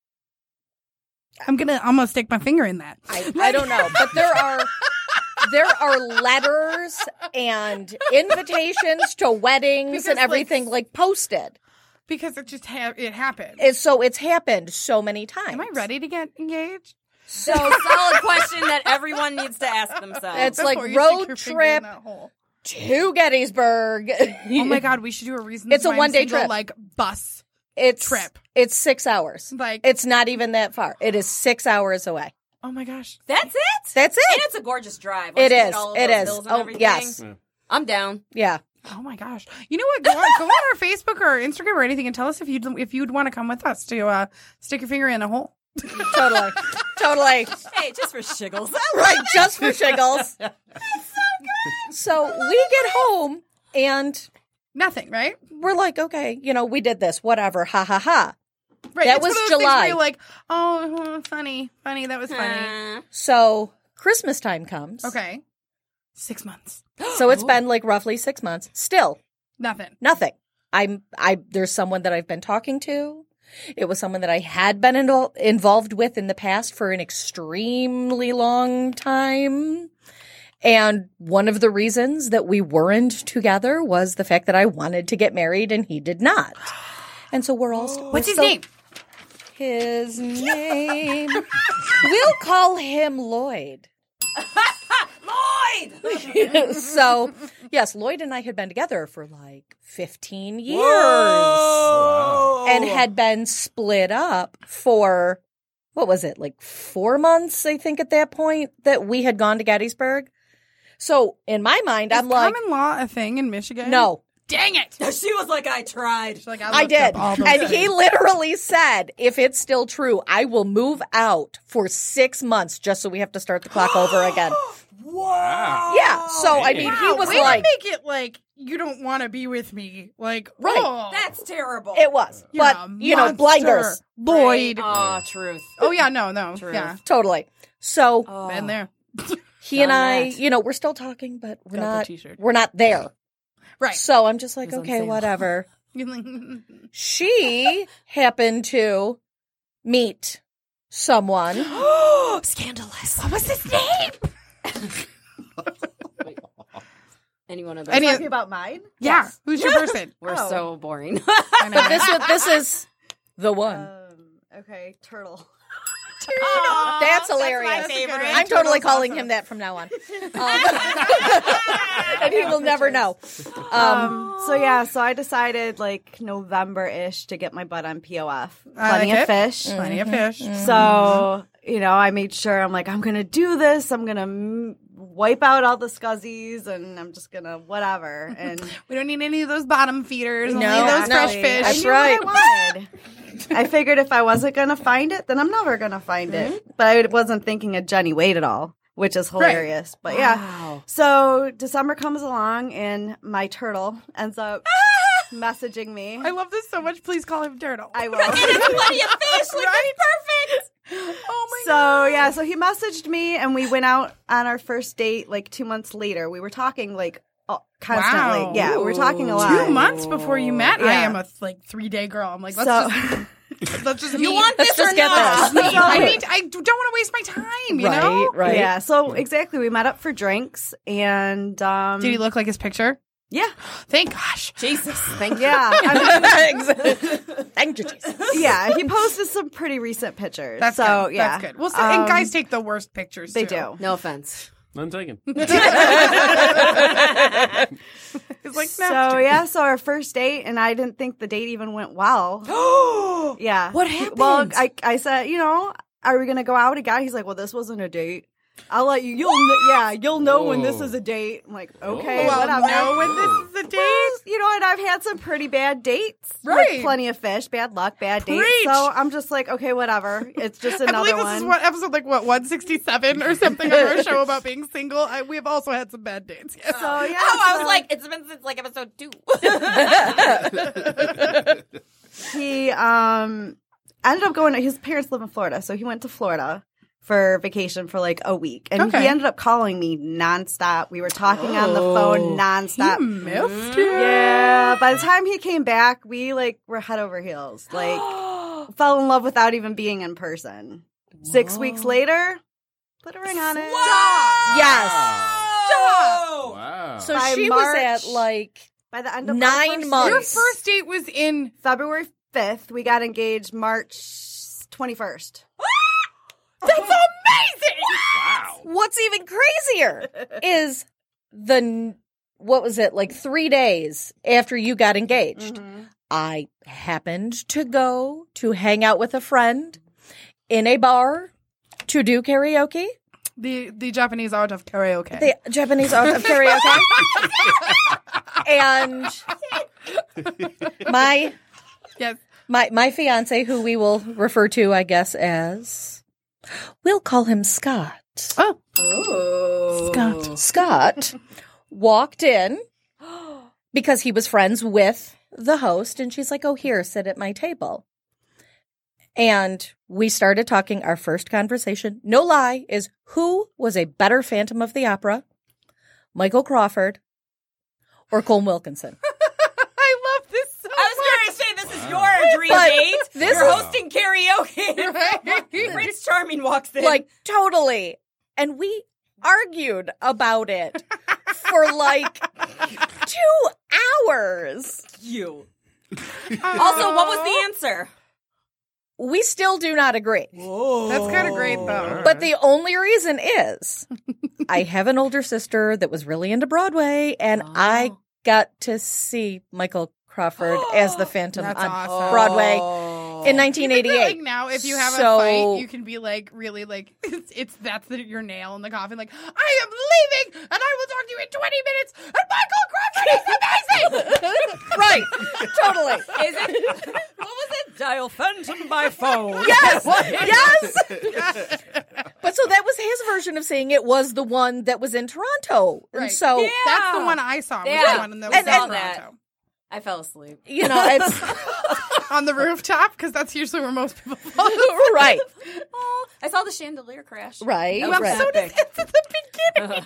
S2: "I'm gonna almost stick my finger in that"?
S7: I, I don't know, but there are there are letters and invitations to weddings
S2: Because,
S7: and
S2: like,
S7: everything like, posted.
S2: because it just ha- it happened.
S7: It's, so it's happened so many times.
S2: Am I ready to get engaged?
S3: So solid question that everyone needs to ask themselves.
S7: It's like
S2: Before you stick
S7: road
S2: your finger in
S7: trip
S2: that hole.
S7: to Gettysburg.
S2: Oh my god, we should do a reason.
S7: It's a
S2: why I'm
S7: one-day
S2: single,
S7: trip.
S2: like bus.
S7: It's
S2: trip.
S7: It's six hours.
S2: Like-
S7: it's not even that far. It is six hours away.
S2: Oh my gosh,
S3: that's it.
S7: That's it.
S3: And it's a gorgeous drive. Once
S7: It
S3: you hit
S7: is.
S3: all of
S7: It
S3: those
S7: is.
S3: hills and
S7: Oh,
S3: everything.
S7: yes.
S3: I'm down.
S7: Yeah.
S2: oh my gosh. You know what? Go on, go on our Facebook or our Instagram or anything and tell us if you'd if you'd want to come with us to uh, stick your finger in a hole.
S7: Totally. totally.
S3: Hey, just for shiggles.
S7: Right, just for shiggles. so we get home and
S2: Nothing, right?
S7: we're like, okay, you know, we did this, whatever, ha ha ha.
S2: Right.
S7: That
S2: it's
S7: was
S2: one of those things where
S7: July.
S2: You're like, oh, oh, funny, funny. That was funny.
S7: So Christmas time comes.
S2: Okay. Six months.
S7: So it's been like roughly six months. Still
S2: Nothing.
S7: nothing. I'm I there's someone that I've been talking to. It was someone that I had been invo- involved with in the past for an extremely long time. And one of the reasons that we weren't together was the fact that I wanted to get married and he did not. And so we're all st-
S2: What's his
S7: so-
S2: name?
S7: His name. we'll call him Lloyd. Lloyd! so, yes, Lloyd and I had been together for like 15 years and had been split up for, what was it, like four months, I think, at that point that we had gone to Gettysburg. So, in my mind, I'm
S2: Is
S7: like,
S2: common law a thing in Michigan?
S7: no,
S2: Dang it. She's
S3: She was like, I tried.
S2: like,
S7: I
S2: looked
S7: did.
S2: up all
S7: And
S2: those
S7: he
S2: things.
S7: literally said, if it's still true, I will move out for six months just so we have to start the clock over again.
S5: Wow.
S7: Yeah. So, I mean, he
S2: Wow,
S7: was
S2: way to
S7: like,
S2: make it like you don't want to be with me. Like,
S7: Right.
S2: oh,
S3: That's terrible.
S7: it was.
S2: you're
S7: but,
S2: a
S7: you know,
S2: monster,
S7: blinders.
S2: Lloyd.
S3: Oh, truth.
S2: Oh yeah, no, no, yeah,
S7: Totally. So
S2: been there.
S7: he and
S3: done
S7: I,
S3: that.
S7: you know, we're still talking, but we're
S2: Got the
S7: not,
S2: t-shirt.
S7: we're not there.
S2: Right.
S7: So I'm just like,
S3: was on
S7: okay,
S3: sale.
S7: whatever.
S2: You're like-
S7: She happened to meet someone.
S3: Scandalous. What was his name? Anyone of those?
S2: Any-
S8: Talking about mine?
S2: yeah, who's your person?
S3: We're so boring.
S2: I know. Uh,
S7: This was, this is the one.
S8: Um, okay, turtle.
S7: That's hilarious.
S2: favorite.
S7: I'm totally calling him that from now on. Um, and he will never know. Um,
S2: Oh.
S8: Um, so yeah, so I decided like November ish to get my butt on POF.
S2: I
S8: Plenty
S2: like
S8: of
S2: it.
S8: fish. Mm-hmm. Mm.
S2: Plenty of fish.
S8: So, you know, I made sure I'm like, I'm going to do this. I'm going to m- wipe out all the scuzzies and I'm just going to whatever. And
S2: We don't need any of those bottom feeders.
S7: No,
S2: only those
S7: no.
S2: fresh
S8: I
S2: fish.
S8: knew
S7: right.
S8: what I wanted. I figured if I wasn't going to find it, then I'm never going to find it. But I wasn't thinking of Jenny Wade at all, which is hilarious. But yeah. So December comes along and my turtle ends up messaging me.
S2: I love this so much. Please call him Turtle.
S8: I will.
S3: Plenty of fish. Like, perfect.
S2: oh my
S8: so yeah so he messaged me and we went out on our first date like two months later we were talking like uh, constantly
S2: Wow.
S8: yeah we were talking a lot
S2: Two months before you met, I
S8: Yeah.
S2: am a like three day girl. I'm like, let's
S8: so
S2: just let's just meet.
S7: let's just get
S2: Let's
S7: this.
S2: meet. I need. I don't want to waste my time. You know.
S7: right.
S8: yeah so exactly we met up for drinks and um
S2: Did he look like his picture?
S8: yeah
S2: Thank gosh.
S3: Jesus. Thank you.
S8: yeah I
S7: Thank you, Jesus.
S8: mean, yeah he posted some pretty recent pictures
S2: That's
S8: so
S2: good.
S8: yeah Um,
S2: That's good. Well, so, and guys take the worst pictures.
S8: they
S2: too.
S8: do
S3: No offense.
S5: None taken.
S2: It's like
S8: so yeah, so our first date, and I didn't think the date even went well. yeah,
S3: What
S8: He-
S3: happened?
S8: Well, I I said, you know, are we gonna go out again? He's like, well, this wasn't a date. I'll let you. You'll kn- yeah, you'll know when this
S5: Whoa.
S8: is a date. I'm like, okay,
S2: Well,
S8: whatever.
S2: no, when this is the date.
S8: You know, and I've had some pretty bad dates. with
S2: Right.
S8: plenty of fish, bad luck, bad dates.
S2: Preach.
S8: So I'm just like, okay, whatever. It's just
S2: I
S8: another
S2: believe this
S8: one.
S2: is what episode like what 167 or something of our show about being single. I, we have also had some bad dates. Yes.
S8: so yeah.
S3: Oh, I was
S8: so-
S3: like, it's been since like episode two.
S8: he um ended up going his parents live in Florida, so he went to Florida for vacation for like a week. And
S2: Okay.
S8: he ended up calling me nonstop. We were talking on the
S7: Oh,
S8: phone nonstop.
S7: hmm.
S2: Miffed you.
S8: yeah. By the time he came back, we like were head over heels. Like fell in love without even being in person. Six weeks later, put a ring on it.
S7: Yes.
S5: Wow.
S7: So
S8: By
S7: she
S8: March-
S7: was at like
S8: By the end of
S7: Nine
S8: our first
S7: months.
S2: Your
S8: date,
S2: first date was in
S8: February fifth, we got engaged March twenty first.
S5: wow.
S7: what's even crazier is the n- what was it like three days after you got engaged i happened to go to hang out with a friend in a bar to do karaoke
S2: the the Japanese art of karaoke.
S7: the japanese art of karaoke and my
S2: yes.
S7: my my fiance who we will refer to i guess as We'll call him Scott.
S2: Oh,
S3: Ooh.
S2: Scott.
S7: Scott walked in because he was friends with the host, and she's like, Oh, here, sit at my table. And we started talking. Our first conversation, no lie, is who was a better Phantom of the Opera, Michael Crawford or Colm Wilkinson?
S2: I love this so
S3: I was going to say this is your dream
S7: But
S3: date.
S7: this
S3: You're
S7: is-
S3: hosting karaoke. Prince Charming walks in.
S7: like, totally. And we argued about it for like two hours.
S3: you. also, what was the answer?
S7: We still do not agree.
S2: That's kind of great, though.
S7: But the only reason is I have an older sister that was really into Broadway, and I
S2: Oh.
S7: got to see Michael Crawford as the Phantom
S2: That's
S7: on
S2: awesome. Oh.
S7: Broadway in
S2: Like
S7: 1988.
S2: now, if you have a
S7: So-
S2: fight, you can be like really like it's, it's that's the, your nail in the coffin. Like I am leaving, and I will talk to you in twenty minutes. And Michael Crawford is amazing.
S7: right, totally.
S3: Is it? What was it? Dial Phantom by phone.
S7: Yes, yes. but so that was his version of saying it was the one that was in Toronto,
S2: Right.
S7: and so
S3: Yeah.
S2: That's the one I saw. Was
S3: Yeah.
S2: the one that
S3: I
S2: was
S3: saw
S2: in
S3: that.
S2: Toronto.
S3: I fell asleep.
S7: you know it's
S2: on the rooftop because that's usually where most people fall.
S7: right,
S3: Oh, I saw the chandelier crash.
S7: right,
S3: That was
S7: right.
S2: so does
S3: epic.
S2: it's at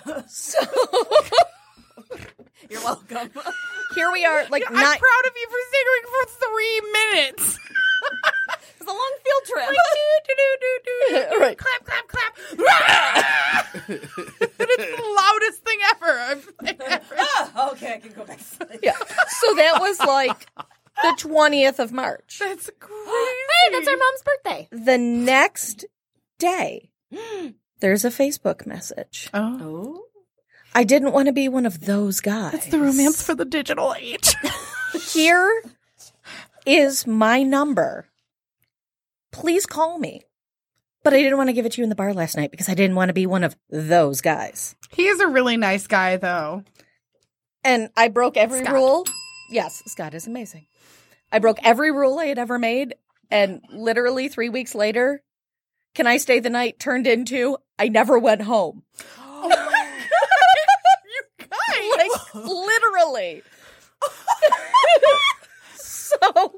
S2: the beginning.
S3: You're welcome.
S7: Here we are, like
S2: I'm
S7: not
S2: proud of you for singing for three minutes.
S3: It's a long field trip.
S2: do, do, do, do, do.
S7: Right.
S2: Clap, clap, clap. and it's the loudest thing ever. I've- ever.
S3: Ah, okay, I can go back to sleep.
S7: yeah. So that was like the twentieth of March.
S2: That's crazy.
S3: Hey, that's our mom's birthday.
S7: the next day, there's a Facebook message.
S2: Oh.
S7: I didn't want to be one of those guys.
S2: It's the romance for the digital age.
S7: Here is my number. Please call me. But I didn't want to give it to you in the bar last night because I didn't want to be one of those guys.
S2: he is a really nice guy, though.
S7: And I broke every
S2: Scott.
S7: rule. Yes, Scott is amazing. I broke every rule I had ever made. And literally three weeks later, can I stay the night turned into I never went home.
S2: Oh my god, you guys!
S7: like literally. so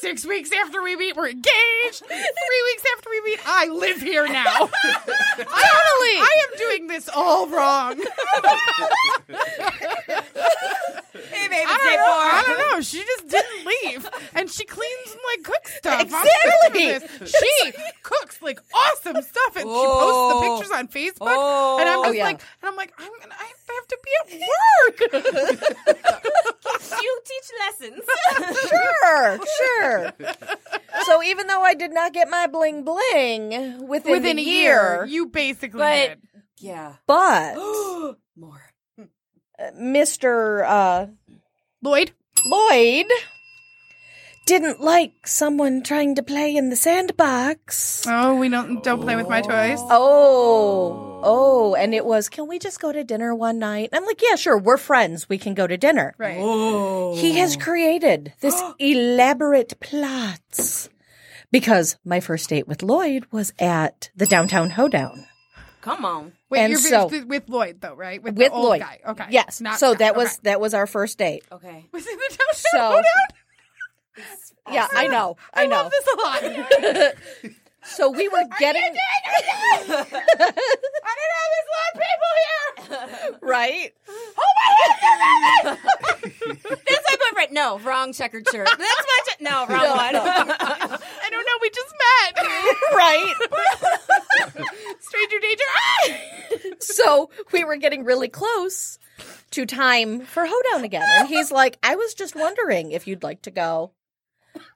S2: Six weeks after we meet, we're engaged. Three weeks after we meet, I live here now. totally. I am doing this all wrong.
S3: Hey, baby,
S2: I don't,
S3: day
S2: know, I
S3: four.
S2: don't know. She just didn't leave, and she cleans and like cooks stuff. I'm
S7: Exactly.
S2: sick of this. She cooks like awesome stuff, and she posts the pictures on Facebook. And I'm
S3: Oh,
S2: just
S7: yeah.
S2: like, and I'm like, I'm gonna, I have to be at work.
S3: You teach lessons.
S7: sure, sure. So even though I did not get my bling bling within,
S2: Within
S7: the
S2: a year, you basically
S3: But-
S2: did.
S3: yeah.
S7: but
S3: More.
S2: Hmm.
S7: Mr. Uh,
S2: Lloyd.
S7: Lloyd didn't like someone trying to play in the sandbox.
S2: Oh, we don't don't play with my toys.
S7: Oh, oh, and it was, can we just go to dinner one night? I'm like, yeah, sure, we're friends. We can go to dinner.
S2: Right.
S7: He
S2: Oh.
S7: has created this elaborate plots because my first date with Lloyd was at the downtown hoedown.
S3: Come on.
S2: Wait,
S7: And
S2: you're
S7: so-
S2: with, with Lloyd though, right? With,
S7: With
S2: the old
S7: Lloyd.
S2: guy. Oh, Okay.
S7: Yes.
S2: Not
S7: so
S2: Scott.
S7: that was
S2: Okay.
S7: that was our first date.
S3: Okay.
S2: was in the downtown
S7: So-
S2: Hoedown?
S7: Yeah, I know. I, know.
S2: love this a lot. I didn't
S7: So we were getting
S2: have this lot of people here.
S7: right.
S3: That's my boyfriend. No, wrong checkered shirt. That's my che- no, wrong one.
S2: I don't know. We just met.
S7: Right.
S2: Stranger danger. Ah!
S7: so we were getting really close to time for hoedown again. And he's like, I was just wondering if you'd like to go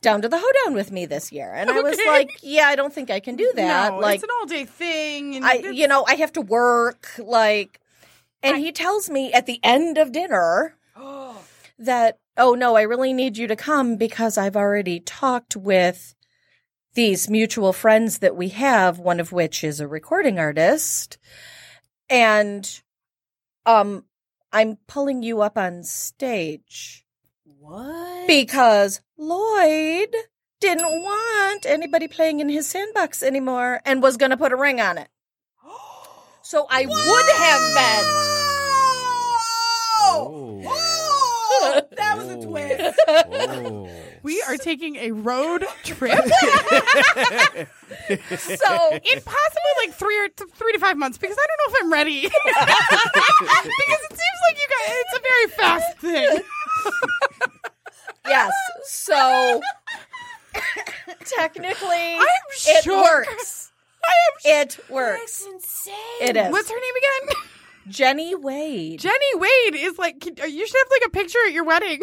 S7: down to the hoedown with me this year. And I was
S2: Okay.
S7: like, Yeah, I don't think I can do that.
S2: no,
S7: like
S2: it's an all day thing. And
S7: I,
S2: it's-
S7: you know, I have to work. Like, and he tells me at the end of dinner that, oh no, I really need you to come because I've already talked with these mutual friends that we have, one of which is a recording artist. And, um, I'm pulling you up on stage
S3: What?
S7: because Lloyd didn't want anybody playing in his sandbox anymore and was going to put a ring on it. So I would
S5: Oh.
S2: that was a twist.
S5: Whoa.
S2: We are taking a road trip
S7: have been. So
S2: in possibly like three or th- three to five months because I don't know if I'm ready. because it seems like you guys, it's a very fast thing.
S7: yes. So technically,
S2: I'm
S7: it
S2: shook.
S7: works.
S2: I
S7: It works. It
S2: am.
S7: is.
S2: What's her name again?
S7: Jenny Wade.
S2: Jenny Wade is like can- you should have like a picture at your wedding.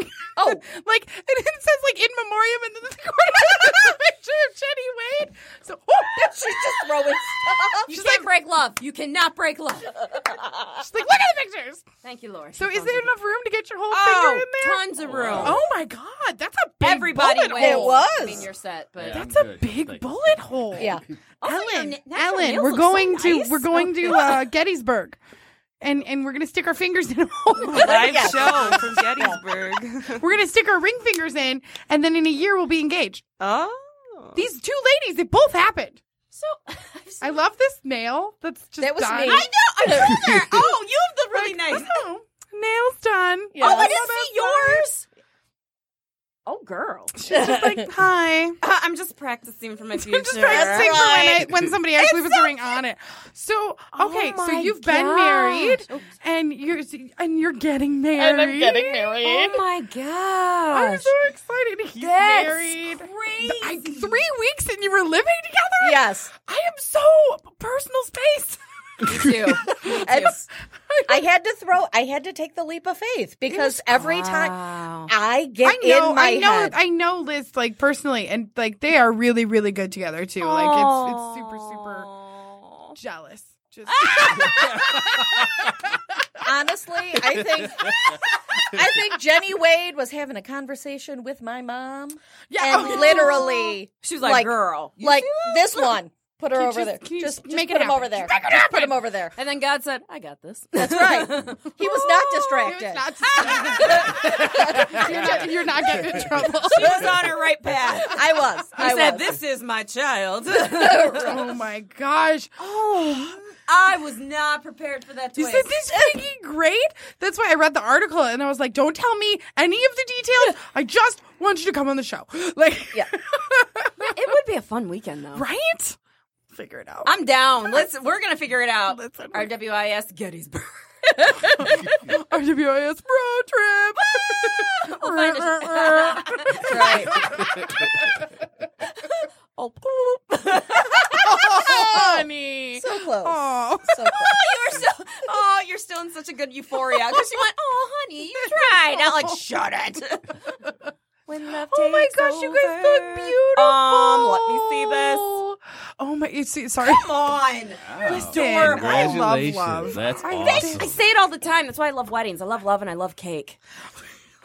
S7: Oh.
S2: like and it says like in memoriam and then the corner a picture of Jenny Wade. So oh,
S7: She's just throwing stuff.
S3: You
S2: She's
S3: can't
S2: like-
S3: break love. You cannot break love.
S2: she's like look at the pictures.
S3: Thank you, Lord.
S2: So is there enough room to get your whole finger
S3: Oh,
S2: in there?
S3: tons of room.
S2: Oh my god, that's a big
S3: Everybody
S2: bullet
S3: wins.
S2: hole.
S7: was.
S3: I mean, you're set, but
S5: Yeah.
S2: That's a
S5: Good.
S2: big
S5: Thank you.
S2: bullet hole.
S7: Yeah. Oh
S3: Also, your
S2: Ellen,
S3: na- natural
S2: Ellen,
S3: nails
S2: we're
S3: look
S2: going
S3: so
S2: to
S3: nice.
S2: we're going to uh, Gettysburg, and and we're gonna stick our fingers in a hole.
S7: Oh.
S6: Live show from Gettysburg.
S2: we're gonna stick our ring fingers in, and then in a year we'll be engaged.
S6: oh.
S2: These two ladies, it both happened.
S3: So
S2: I love this nail. That's just
S7: That was
S2: done.
S7: me.
S3: I know. I told her. Oh, you have the really nice.
S2: Oh, nails done.
S7: Yeah.
S3: Oh,
S2: Oh,
S3: I
S2: I
S3: didn't see yours. Oh, girl.
S2: just like hi.
S3: I'm just practicing for my future.
S2: I'm just trying to sing for when, I, when somebody actually puts a ring on it. So okay, so
S3: my
S2: you've been
S3: gosh.
S2: married and you're and you're getting married.
S7: married.
S3: Oh my
S2: I'm
S3: gosh.
S2: so excited. He's
S3: That's
S2: married.
S3: crazy.
S2: I, three weeks and you were living together.
S7: Yes.
S2: I am so personal space.
S7: It's- I had to throw. I had to take the leap of faith because every time I get
S2: I know,
S7: in my
S2: I know,
S7: head,
S2: I know Liz like personally, and like they are really, really good together too. Like it's it's super, super jealous. Just
S7: honestly, I think I think Jenny Wade was having a conversation with my mom,
S2: yeah,
S7: and
S2: okay.
S7: literally,
S3: She was like,
S7: Like-
S3: girl.
S7: like this one, put her
S2: Can you
S7: over
S2: just-
S7: there.
S2: can you
S7: Just,
S2: just
S7: just
S2: make it
S7: put him
S2: happen?
S7: over there.
S2: Just make it
S7: Just put
S2: happen.
S7: him over there.
S3: And then God said, I got this.
S7: That's right. He was not
S2: It was
S7: distracted.
S2: not distracted. you're, not, you're not getting in trouble.
S3: she was on her right path.
S7: I was.
S3: He
S7: I
S3: said,
S7: was.
S3: This is my child.
S2: oh my gosh.
S3: oh, I was not prepared for that twist.
S2: Isn't this freaking great? That's why I read the article and I was like, don't tell me any of the details. I just want you to come on the show. Like,
S7: Yeah.
S3: it would be a fun weekend, though.
S2: right? Figure it out.
S3: I'm down. Let's. We're gonna figure it out.
S2: Listen.
S3: RWIS Gettysburg.
S2: RWIS road trip.
S7: That's right.
S3: Oh, poop.
S2: Honey.
S7: So close.
S2: Oh.
S7: So close.
S3: you're so. Oh, you're still in such a good euphoria because you went. Oh, honey, you tried. Not like shut it. when love
S2: Oh my
S3: takes
S2: gosh, you guys look
S3: over.
S2: beautiful.
S3: Um, let me see this.
S2: Oh my, it's, sorry.
S3: Come on.
S2: Listen, I love
S5: Congratulations.
S2: love.
S5: That's
S2: I
S5: awesome.
S3: I say it all the time. That's why I love weddings. I love love and I love cake.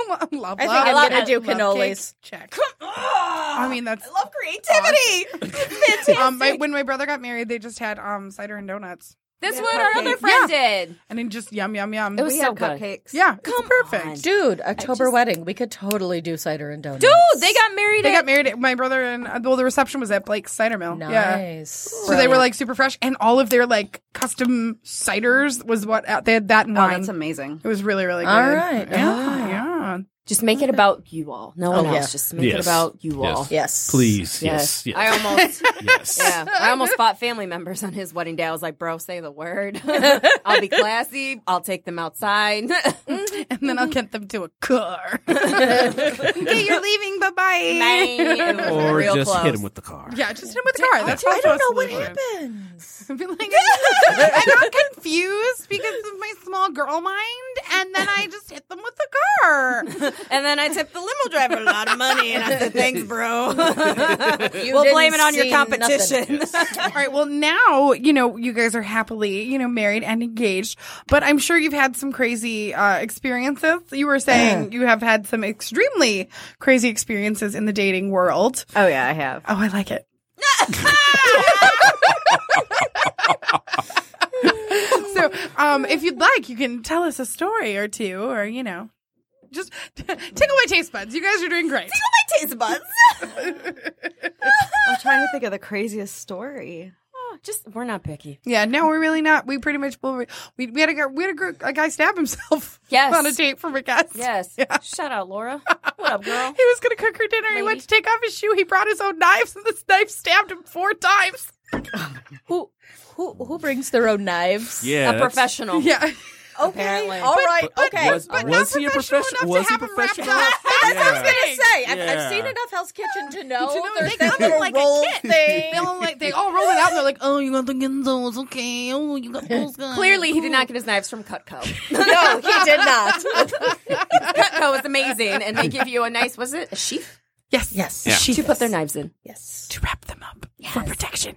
S2: love, love.
S7: I think
S2: love.
S7: I'm
S3: love
S7: gonna
S3: it.
S7: do
S2: Love
S7: cannolis.
S2: cake. Check.
S3: I
S2: I mean, that's.
S3: love creativity. Fantastic.
S2: Um, my, when my brother got married, they just had um cider and donuts,
S3: That's what our other
S2: cupcake.
S3: friend did.
S2: and then just yum yum yum.
S3: It was
S8: We
S3: so
S8: had
S3: good.
S8: cupcakes.
S2: yeah, it's perfect.
S3: on.
S7: Dude, October wedding. We could totally do cider and donuts.
S3: Dude, they got married.
S2: They
S3: at-
S2: got married. At, my brother and uh, well, the reception was at Blake's Cider Mill. Yeah.
S7: Nice.
S2: So they were like super fresh, and all of their like custom ciders was what uh, they had that and
S8: Oh,
S2: wine.
S8: that's amazing.
S2: it was really really good.
S7: All right. Ah.
S2: yeah, yeah.
S3: Just make it about you all. No one
S7: Mm-hmm. Oh, yeah.
S3: else. Just make
S5: Yes.
S3: it about you
S5: Yes.
S3: all.
S7: Yes.
S5: Please.
S3: Yes.
S5: Yes.
S3: I
S5: Yes.
S3: almost.
S5: yes.
S3: Yeah, I almost fought family members on his wedding day. I was like, "Bro, say the word. I'll be classy. I'll take them outside."
S2: And then I'll get them to a car. okay, you're leaving. Bye bye.
S3: Man,
S5: Or
S3: real
S5: just
S3: close.
S5: hit him with the car.
S2: Yeah, just hit him with the car. That's
S7: I
S2: also a
S7: don't know what
S2: solution.
S7: happens.
S2: I'd be like, I got confused because of my small girl mind, and then I just hit them with the car.
S3: And then I tipped the limo driver a lot of money, and I said, "Thanks, bro.
S7: You
S3: we'll
S7: didn't
S3: blame it on your
S7: see nothing.
S3: competition."
S2: All right, well now you know you guys are happily you know married and engaged, but I'm sure you've had some crazy uh, experiences. You were saying you have had some extremely crazy experiences in the dating world.
S8: Oh yeah, I have.
S2: Oh, I like it. so, um, if you'd like, you can tell us a story or two, or you know, just tickle my taste buds. You guys are doing great.
S3: my taste buds.
S8: I'm trying to think of the craziest story.
S3: Oh, Just we're not picky.
S2: Yeah, no, we're really not. We pretty much will. We, we had a guy- we had a, gr- a guy stab himself.
S3: Yes.
S2: on a date from a guest.
S3: Yes. Shout out Laura. What up, girl?
S2: He was going to cook her dinner. He
S3: Lady.
S2: went to take off his shoe. He brought his own knives, and this knife stabbed him four times.
S7: Who who who brings their own knives?
S5: Yeah,
S3: A
S5: that's-
S3: professional.
S2: Yeah,
S3: Apparently.
S7: All right.
S5: But-
S7: okay.
S5: Was,
S2: but not
S5: was he a
S2: professional
S5: professional?
S2: enough
S5: Was
S2: to
S5: he
S2: have him wrapped
S5: professional?
S2: up.
S5: enough?
S7: I was
S5: Yeah.
S7: gonna say I've,
S5: Yeah.
S7: I've seen enough Hell's Kitchen to know,
S2: To know
S7: there's
S2: they
S7: that
S2: come
S7: little
S2: like a
S7: roll
S2: kit.
S7: thing.
S2: they all like they all roll it out. and They're like, oh, you got the Ginzos, okay? Oh, you got those guys.
S3: Clearly, he did not get his knives from Cutco.
S7: no, he did not.
S3: Cutco is amazing, and they give you a nice, was it a sheath?
S2: Yes,
S7: yes.
S5: Yeah.
S3: To put their knives in.
S7: Yes.
S2: to wrap them up for protection.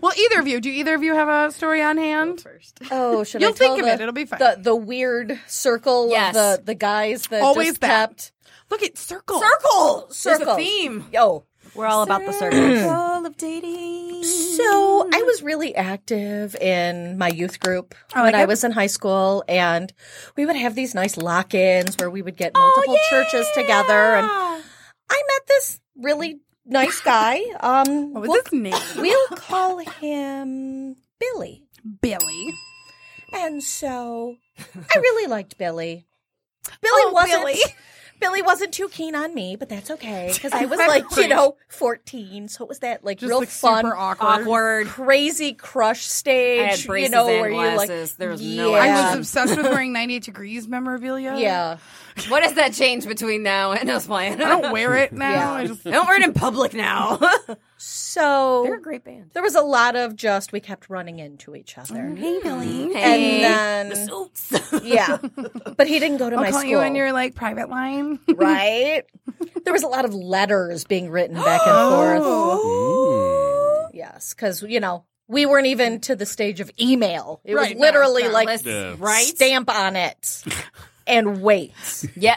S2: well, either of you, do either of you have a story on hand?
S8: First,
S7: Oh, should
S2: You'll
S7: I tell
S2: think of
S7: the,
S2: it. It'll be fine.
S7: The, the weird circle
S3: Yes.
S7: of the, the guys that
S2: Always
S7: just
S2: that.
S7: kept
S2: Look at circle.
S7: circle circle
S3: theme.
S7: Yo,
S8: we're all about the circles.
S3: All of dating.
S7: So I was really active in my youth group
S2: Oh, I
S7: when
S2: like
S7: I
S2: it.
S7: was in high school, and we would have these nice lock-ins where we would get
S2: Oh,
S7: multiple churches together. And I met this really nice guy. Um,
S2: What was
S7: we'll,
S2: his Oh, name?
S7: we'll call him Billy.
S2: Billy.
S7: And so I really liked Billy. Billy wasn't Billy. wasn't too keen on me, but that's okay because I was like, you know, 14, so it was that like
S2: Just
S7: real
S2: like
S7: fun
S2: super awkward.
S3: Awkward.
S7: crazy crush stage,
S3: I had braces
S7: you know,
S3: and
S7: where you like
S3: glasses. There was no-
S7: yeah,
S2: I was obsessed with wearing 98 degrees memorabilia.
S7: yeah,
S3: What does that change between now and us playing?
S2: I don't wear it now.
S7: Yeah.
S2: I just
S3: I don't wear it in public now.
S7: so
S3: great band.
S7: there was a lot of just we kept running into each other,
S3: Mm-hmm. Hey, Billy.
S7: and then
S3: Oops.
S7: yeah, but he didn't go to
S2: I'll
S7: my
S2: call
S7: school,
S2: you on your like private line.
S7: right? there was a lot of letters being written back and
S2: Oh.
S7: forth. Yes, because you know we weren't even to the stage of email. It
S2: Right,
S7: was
S2: no,
S7: literally
S2: no,
S7: like
S3: Let's-
S5: Yeah.
S3: Right?
S7: stamp on it and wait.
S3: Yeah.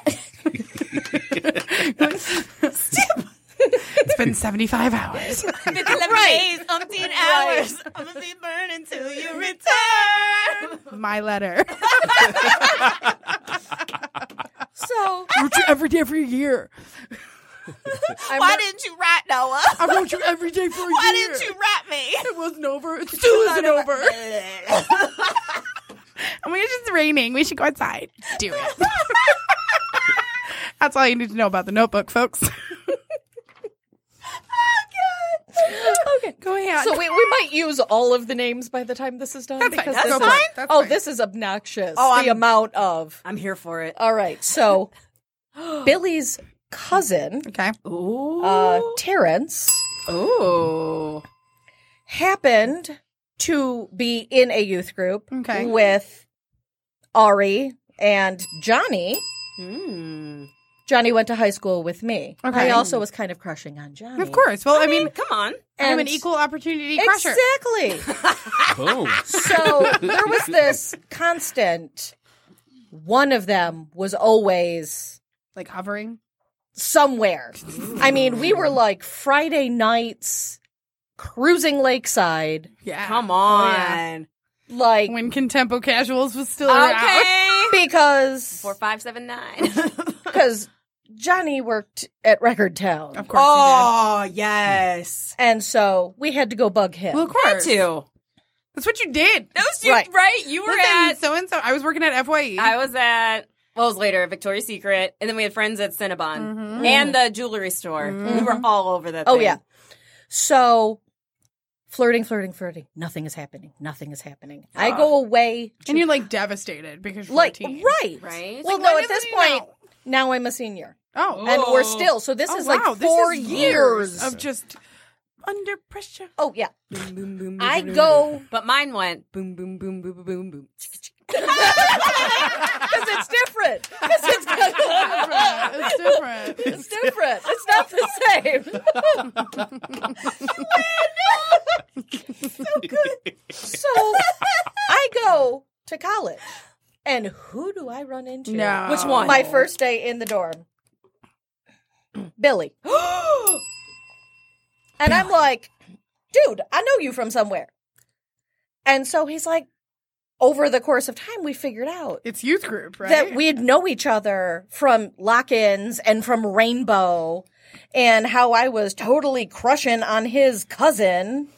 S2: it's been 75 hours.
S3: right. Umpteen hours. I'm gonna be burning till you return.
S2: My letter.
S7: So
S2: wrote you every day for a year.
S7: I'm
S9: Why didn't you write Noah?
S2: I wrote you every day for a
S9: Why
S2: year.
S9: didn't you write me?
S2: It wasn't over. It still isn't over. I mean, it's just raining. We should go outside. Do it. That's all you need to know about the notebook, folks.
S7: okay.
S2: Go ahead.
S7: So we, we might use all of the names by the time this is done.
S2: That's fine. That's
S7: this
S2: fine.
S7: Is,
S2: That's
S7: oh,
S2: fine. Oh,
S7: this is obnoxious. the amount of.
S3: I'm here for it.
S7: All right. So Billy's cousin,
S2: okay.
S3: Ooh.
S7: uh, Terrence,
S3: Ooh.
S7: happened to be in a youth group
S2: Okay.
S7: with Ari and Johnny.
S3: Mm.
S7: Johnny went to high school with me.
S2: Hmm. Okay.
S7: I also was kind of crushing on Johnny.
S2: Of course. Well, I mean,
S3: Come on.
S2: I'm an
S7: And-
S2: equal opportunity crusher.
S7: Exactly.
S5: Boom.
S7: So there was this constant. One of them was always
S2: Like hovering.
S7: somewhere. I mean, we were like Friday nights cruising lakeside,
S2: Yeah.
S3: Come on.
S7: like
S2: When Contempo Casuals was still around.
S3: Okay.
S7: because
S3: Four, five, seven, nine.
S7: because Johnny worked at Record Town,
S2: Of course. Oh,
S3: yes.
S7: and so we had to go bug him.
S2: well, of course.
S3: Two.
S2: That's what you did.
S3: Those two, right.
S7: Right.
S3: You were
S2: Listen,
S3: at.
S2: so and so. I was working at E. Fye.
S3: I was at. Well, it was later Victoria's Secret, and then we had friends at Cinnabon and the jewelry store. We were all over that.
S7: oh
S3: thing.
S7: yeah, so flirting, flirting, flirting. Nothing is happening. Nothing is happening. I go away, to,
S2: and you're like devastated because you're
S7: like
S2: 14.
S7: right,
S3: Right?
S7: Well,
S2: Like,
S7: no,
S2: why
S7: at this
S2: doesn't he
S7: point. Now I'm a senior,
S2: Oh.
S7: and we're still. So this
S2: Oh,
S7: is
S2: wow,
S7: like
S2: this
S7: four
S2: is
S7: years.
S2: of just under pressure.
S7: oh yeah, I go
S3: But mine went boom, boom, boom, boom, boom, boom, boom.
S7: because it's different. 'Cause it's,
S2: it's different.
S7: it's different. It's not the same. So I go to college. And who do I run into?
S2: No. Which
S3: one?
S7: My first day in the dorm. Billy. and I'm like, dude, I know you from somewhere. And so he's like, over the course of time, we figured out
S2: It's youth group, right?
S7: that we'd know each other from lock ins and from Rainbow and how I was totally crushing on his cousin,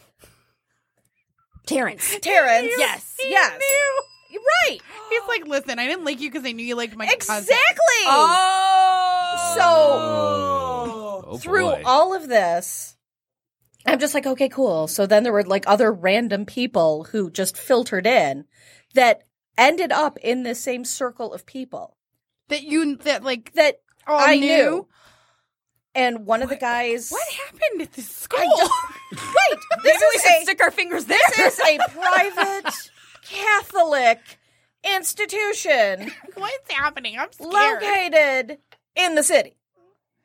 S3: Terrence.
S7: Terrence.
S3: Yes.
S2: He
S7: Yes.
S2: knew.
S7: Right.
S2: He's like, listen, I didn't like you because I knew you liked my
S7: Exactly.
S2: cousin.
S7: Oh. So
S5: Oh, oh
S7: through
S5: boy.
S7: all of this, I'm just like, okay, cool. So then there were like other random people who just filtered in that ended up in the same circle of people
S2: That you that like
S7: that
S2: all
S7: I
S2: knew.
S7: knew. And one of the guys.
S2: What happened at this school?
S7: Wait, Oh,
S3: Maybe
S7: this
S3: we
S7: is
S3: should
S7: a,
S3: stick our fingers there.
S7: this is a private Catholic institution
S2: What's happening? I'm scared.
S7: located in the city.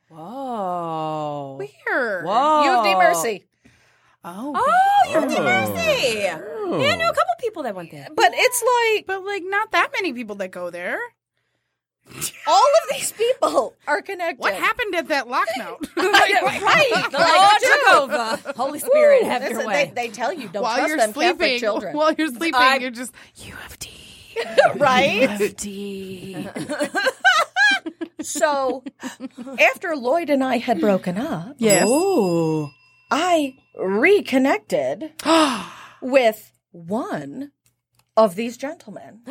S3: Whoa.
S2: Weird.
S3: Whoa.
S7: U of D Mercy.
S2: Oh,
S3: Oh, you're
S5: Oh.
S3: mercy. Yeah, I know a couple people that went there.
S7: But it's like
S2: but like not that many people that go there.
S7: all of these people are connected.
S2: What happened at that locknout?
S7: Right.
S3: The Lord took over. Holy Spirit, have
S7: That's
S3: your
S7: it. They,
S3: way.
S7: they tell you don't
S2: while
S7: trust
S2: you're
S7: them Catholic
S2: sleeping,
S7: children,
S2: while you're sleeping,
S3: I'm-
S2: you're just U of D.
S7: right?
S2: D.
S7: so after Lloyd and I had broken up,
S2: Yes.
S7: I reconnected with one of these gentlemen.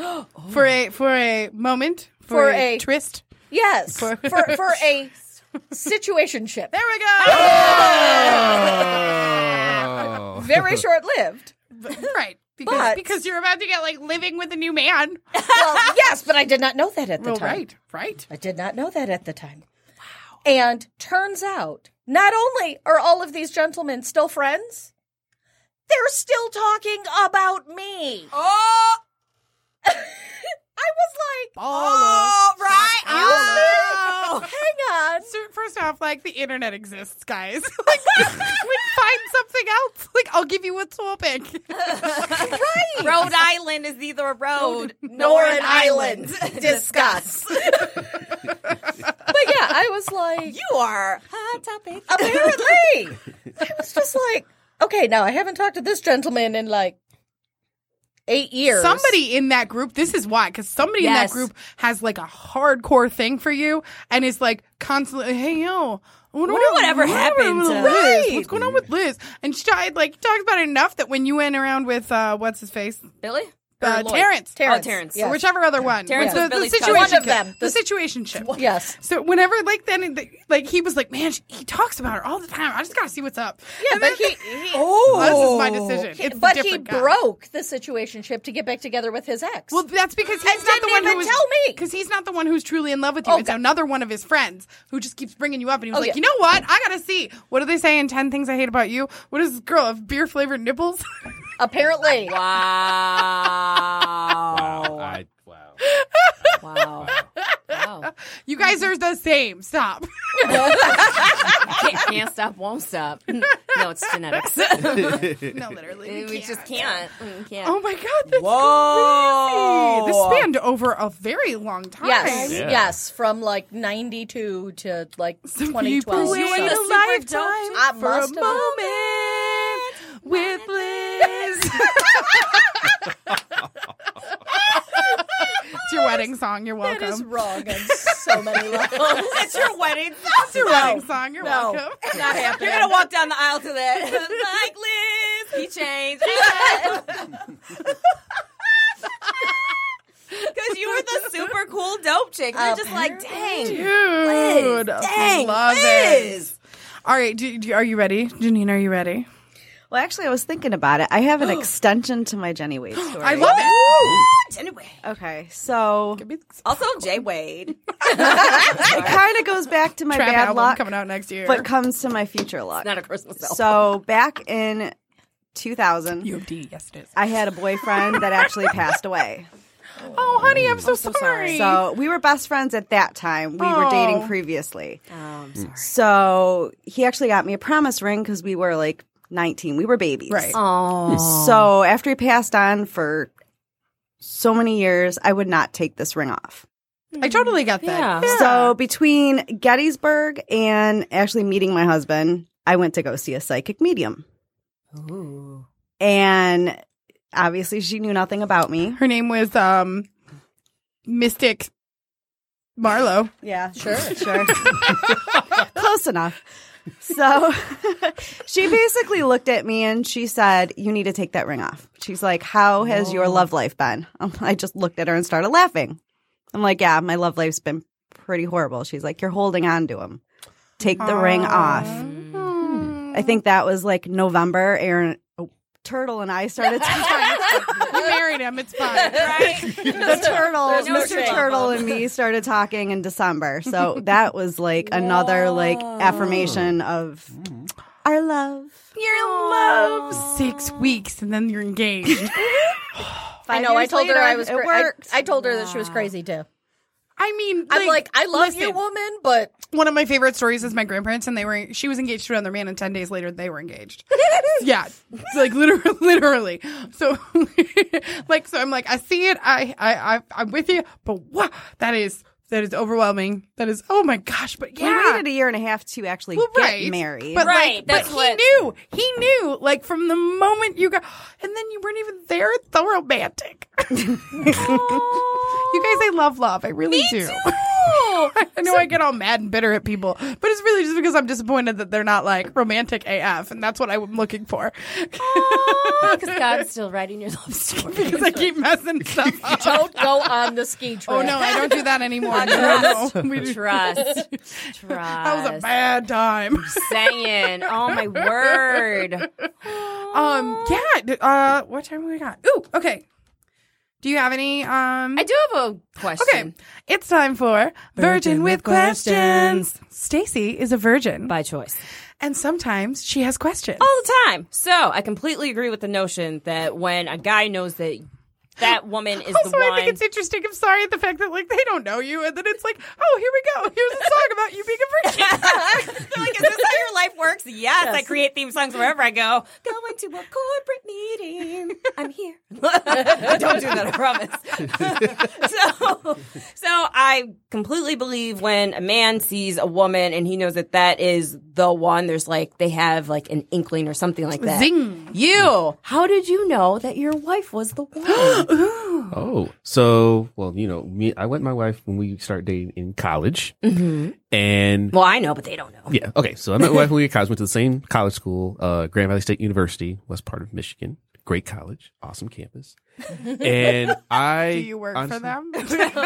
S2: For a for a moment, for,
S7: For
S2: a,
S7: a-
S2: twist.
S7: Yes, for for a situationship,
S2: There we go.
S5: Oh.
S7: very short lived.
S2: But- right. Because,
S7: But-
S2: because you're about to get like living with a new man.
S7: Well, yes, but I did not know that at the
S2: Well,
S7: time.
S2: right, right.
S7: I did not know that at the time. Wow. And turns out, not only are all of these gentlemen still friends, they're still talking about me.
S3: Oh,
S7: I was like,
S2: All
S3: right.
S7: "You there? hang on.
S2: So first off, like the internet exists, guys. like, like find something else. Like I'll give you a topic.
S3: Rhode Island is neither a road
S7: nor an island. Discuss. but yeah, I was like,
S3: You are hot topic.
S7: apparently. I was just like, okay, now I haven't talked to this gentleman in like eight years.
S2: Somebody in that group, this is why, because somebody in that
S3: Yes.
S2: group has like a hardcore thing for you and is like constantly, hey, yo, I wonder,
S3: Wonder whatever happened
S2: with
S3: to-
S2: Liz.
S7: Right.
S2: What's going on with Liz? And she died, like, talks about it enough that when you went around with, uh, what's his face?
S3: Billy?
S2: Uh, Terrence.
S7: Terrence.
S3: Oh, Terrence.
S7: Yes.
S2: Whichever other one.
S3: Terrence
S2: the,
S3: was
S2: the
S3: Billy's cousin.
S2: situation
S7: One of them.
S2: The,
S7: The-
S2: situation ship.
S7: Yes.
S2: So whenever like then like he was like man she, he talks about her all the time I just gotta see what's up
S7: Yeah,
S2: And
S7: but
S2: then-
S7: he, he
S2: Oh, this is my decision
S7: He-
S2: It's a
S7: but he
S2: different guy.
S7: broke the situationship to get back together with his ex.
S2: Well, that's because he's
S7: And
S2: not the
S7: didn't
S2: one who
S7: even
S2: was,
S7: tell me.
S2: Because he's not the one who's truly in love with you.
S7: Oh,
S2: it's
S7: God.
S2: another one of his friends who just keeps bringing you up, and he was
S7: Oh,
S2: like,
S7: yeah.
S2: "You know what? I gotta see. What do they say in Ten Things I Hate About You? What is this girl of beer flavored nipples?"
S7: apparently,
S5: Wow.
S3: Wow.
S5: I, wow.
S3: wow. Wow.
S2: you guys are the same. Stop.
S3: Can't, can't stop, won't stop. No, it's genetics.
S2: no, literally,
S3: we just can't. We can't.
S2: Oh my god, that's
S3: Whoa.
S2: crazy. This spanned over a very long time.
S7: yes,
S5: Yeah.
S7: yes, from like '92 to like
S2: Some
S7: 2012.
S2: people win
S7: So-
S2: a
S3: super
S2: lifetime
S7: dope- I
S2: for a
S7: must
S2: moment
S7: have-
S2: with Liz. it's your wedding song. You're
S7: that is
S2: welcome.
S7: wrong on so many levels.
S3: It's your wedding.
S2: It's your wedding song. You're
S7: No.
S2: welcome.
S3: You're gonna walk down the aisle to that. like Liz, he changed. Because you were the super cool dope chick. You're just like, dang,
S2: Dude,
S3: dang,
S2: love it.
S3: Liz.
S2: All right, do, do, are you ready, Janine? Are you ready?
S8: Well, actually, I was thinking about it. I have an extension to my Jenny Wade story.
S2: I love it.
S3: Anyway,
S8: Okay, so
S3: also Jay Wade.
S8: it kind of goes back to my
S2: Trap
S8: bad
S2: album
S8: luck,
S2: coming out next year.
S8: but comes to my future luck.
S3: Not a Christmas album.
S8: so back in 2000,
S2: U of D, yes it is.
S8: I had a boyfriend that actually passed away.
S2: Oh, honey, I'm so, sorry.
S8: So we were best friends at that time. We were
S2: Oh.
S8: dating previously.
S3: Oh, I'm sorry.
S8: So he actually got me a promise ring because we were like 19. We were babies.
S2: right.
S3: Oh,
S8: So after he passed on for so many years, I would not take this ring off.
S2: I totally got that.
S3: Yeah.
S8: So between Gettysburg and actually meeting my husband, I went to go see a psychic medium. And Obviously, she knew nothing about me.
S2: Her name was um, Mystic Marlowe.
S8: Yeah, sure, sure. Close enough. So she basically looked at me and she said, You need to take that ring off. She's like, How has your love life been? Um, I just looked at her and started laughing. I'm like, Yeah, my love life's been pretty horrible. She's like, You're holding on to him. Take the ring off. I think that was like November. Aaron oh, Turtle and I started talking.
S2: You married him. It's fine.
S8: the turtle,
S3: There's no
S8: Mr.
S3: shame.
S8: Turtle, and me started talking in December. So that was like another like affirmation of our love.
S2: You're in love. Six weeks and then you're engaged.
S7: I
S8: Five
S7: know. I
S8: years
S7: told her
S8: later,
S7: I was.
S8: It
S7: cra- I-
S8: worked.
S7: I, told her that she was crazy too.
S2: I mean,
S7: I'm like, I love you,
S2: listen,
S7: woman, but
S2: One of my favorite stories is my grandparents, and they were she was engaged to another man, and ten days later they were engaged. yeah, it's like literally, literally. So, like, so I'm like, I see it, I, I, I I'm with you, but what? That is that is overwhelming. That is, oh my gosh, but yeah,
S8: We waited a year and a half to actually
S2: well,
S8: get
S2: right.
S8: married.
S2: But
S3: Right,
S2: like,
S3: that's
S2: but
S3: what-
S2: he knew. He knew. Like from the moment you got, and then you weren't even there. It's so romantic. you guys, I love love. I really do. I know I get all mad and bitter at people, but it's really just because I'm disappointed that they're not like romantic AF, and that's what I'm looking for.
S3: Because God's still writing your love story.
S2: Because I keep messing stuff up.
S7: don't go on the ski trip.
S2: Oh no, I don't do that anymore. No, no. We-
S3: Trust. Trust.
S2: That was a bad time.
S3: saying. Oh my word.
S2: Um, yeah. d- Uh, what time we got? Ooh, okay. Do you have any? Um,
S3: I do have a question.
S2: okay. It's time for Virgin, with Questions. Stacy is a virgin,
S3: By choice.
S2: and sometimes she has questions.
S3: All the time. So I completely agree with the notion that when a guy knows that that woman is
S2: also,
S3: the one.
S2: I think it's interesting. I'm sorry at the fact that like they don't know you, and then it's like, oh, here we go. Here's a song about you being a virgin.
S3: They're like, is this how your life works? Yes, I create theme songs wherever I go. Going to a corporate meeting. I'm here. Don't do that, I promise. so, so I completely believe when a man sees a woman and he knows that that is the one, there's like, they have like an inkling or something like that.
S2: Zing.
S3: You, how did you know that your wife was the one?
S5: Oh, so well, you know, me. I went with my wife when we started dating in college, and
S3: Mm-hmm. well, I know, but they don't know.
S5: yeah, okay. So I met my wife when we were in college. Went to the same college school, uh, Grand Valley State University, west part of Michigan. Great college, awesome campus. And I
S2: Do you work
S5: honestly-
S2: for them?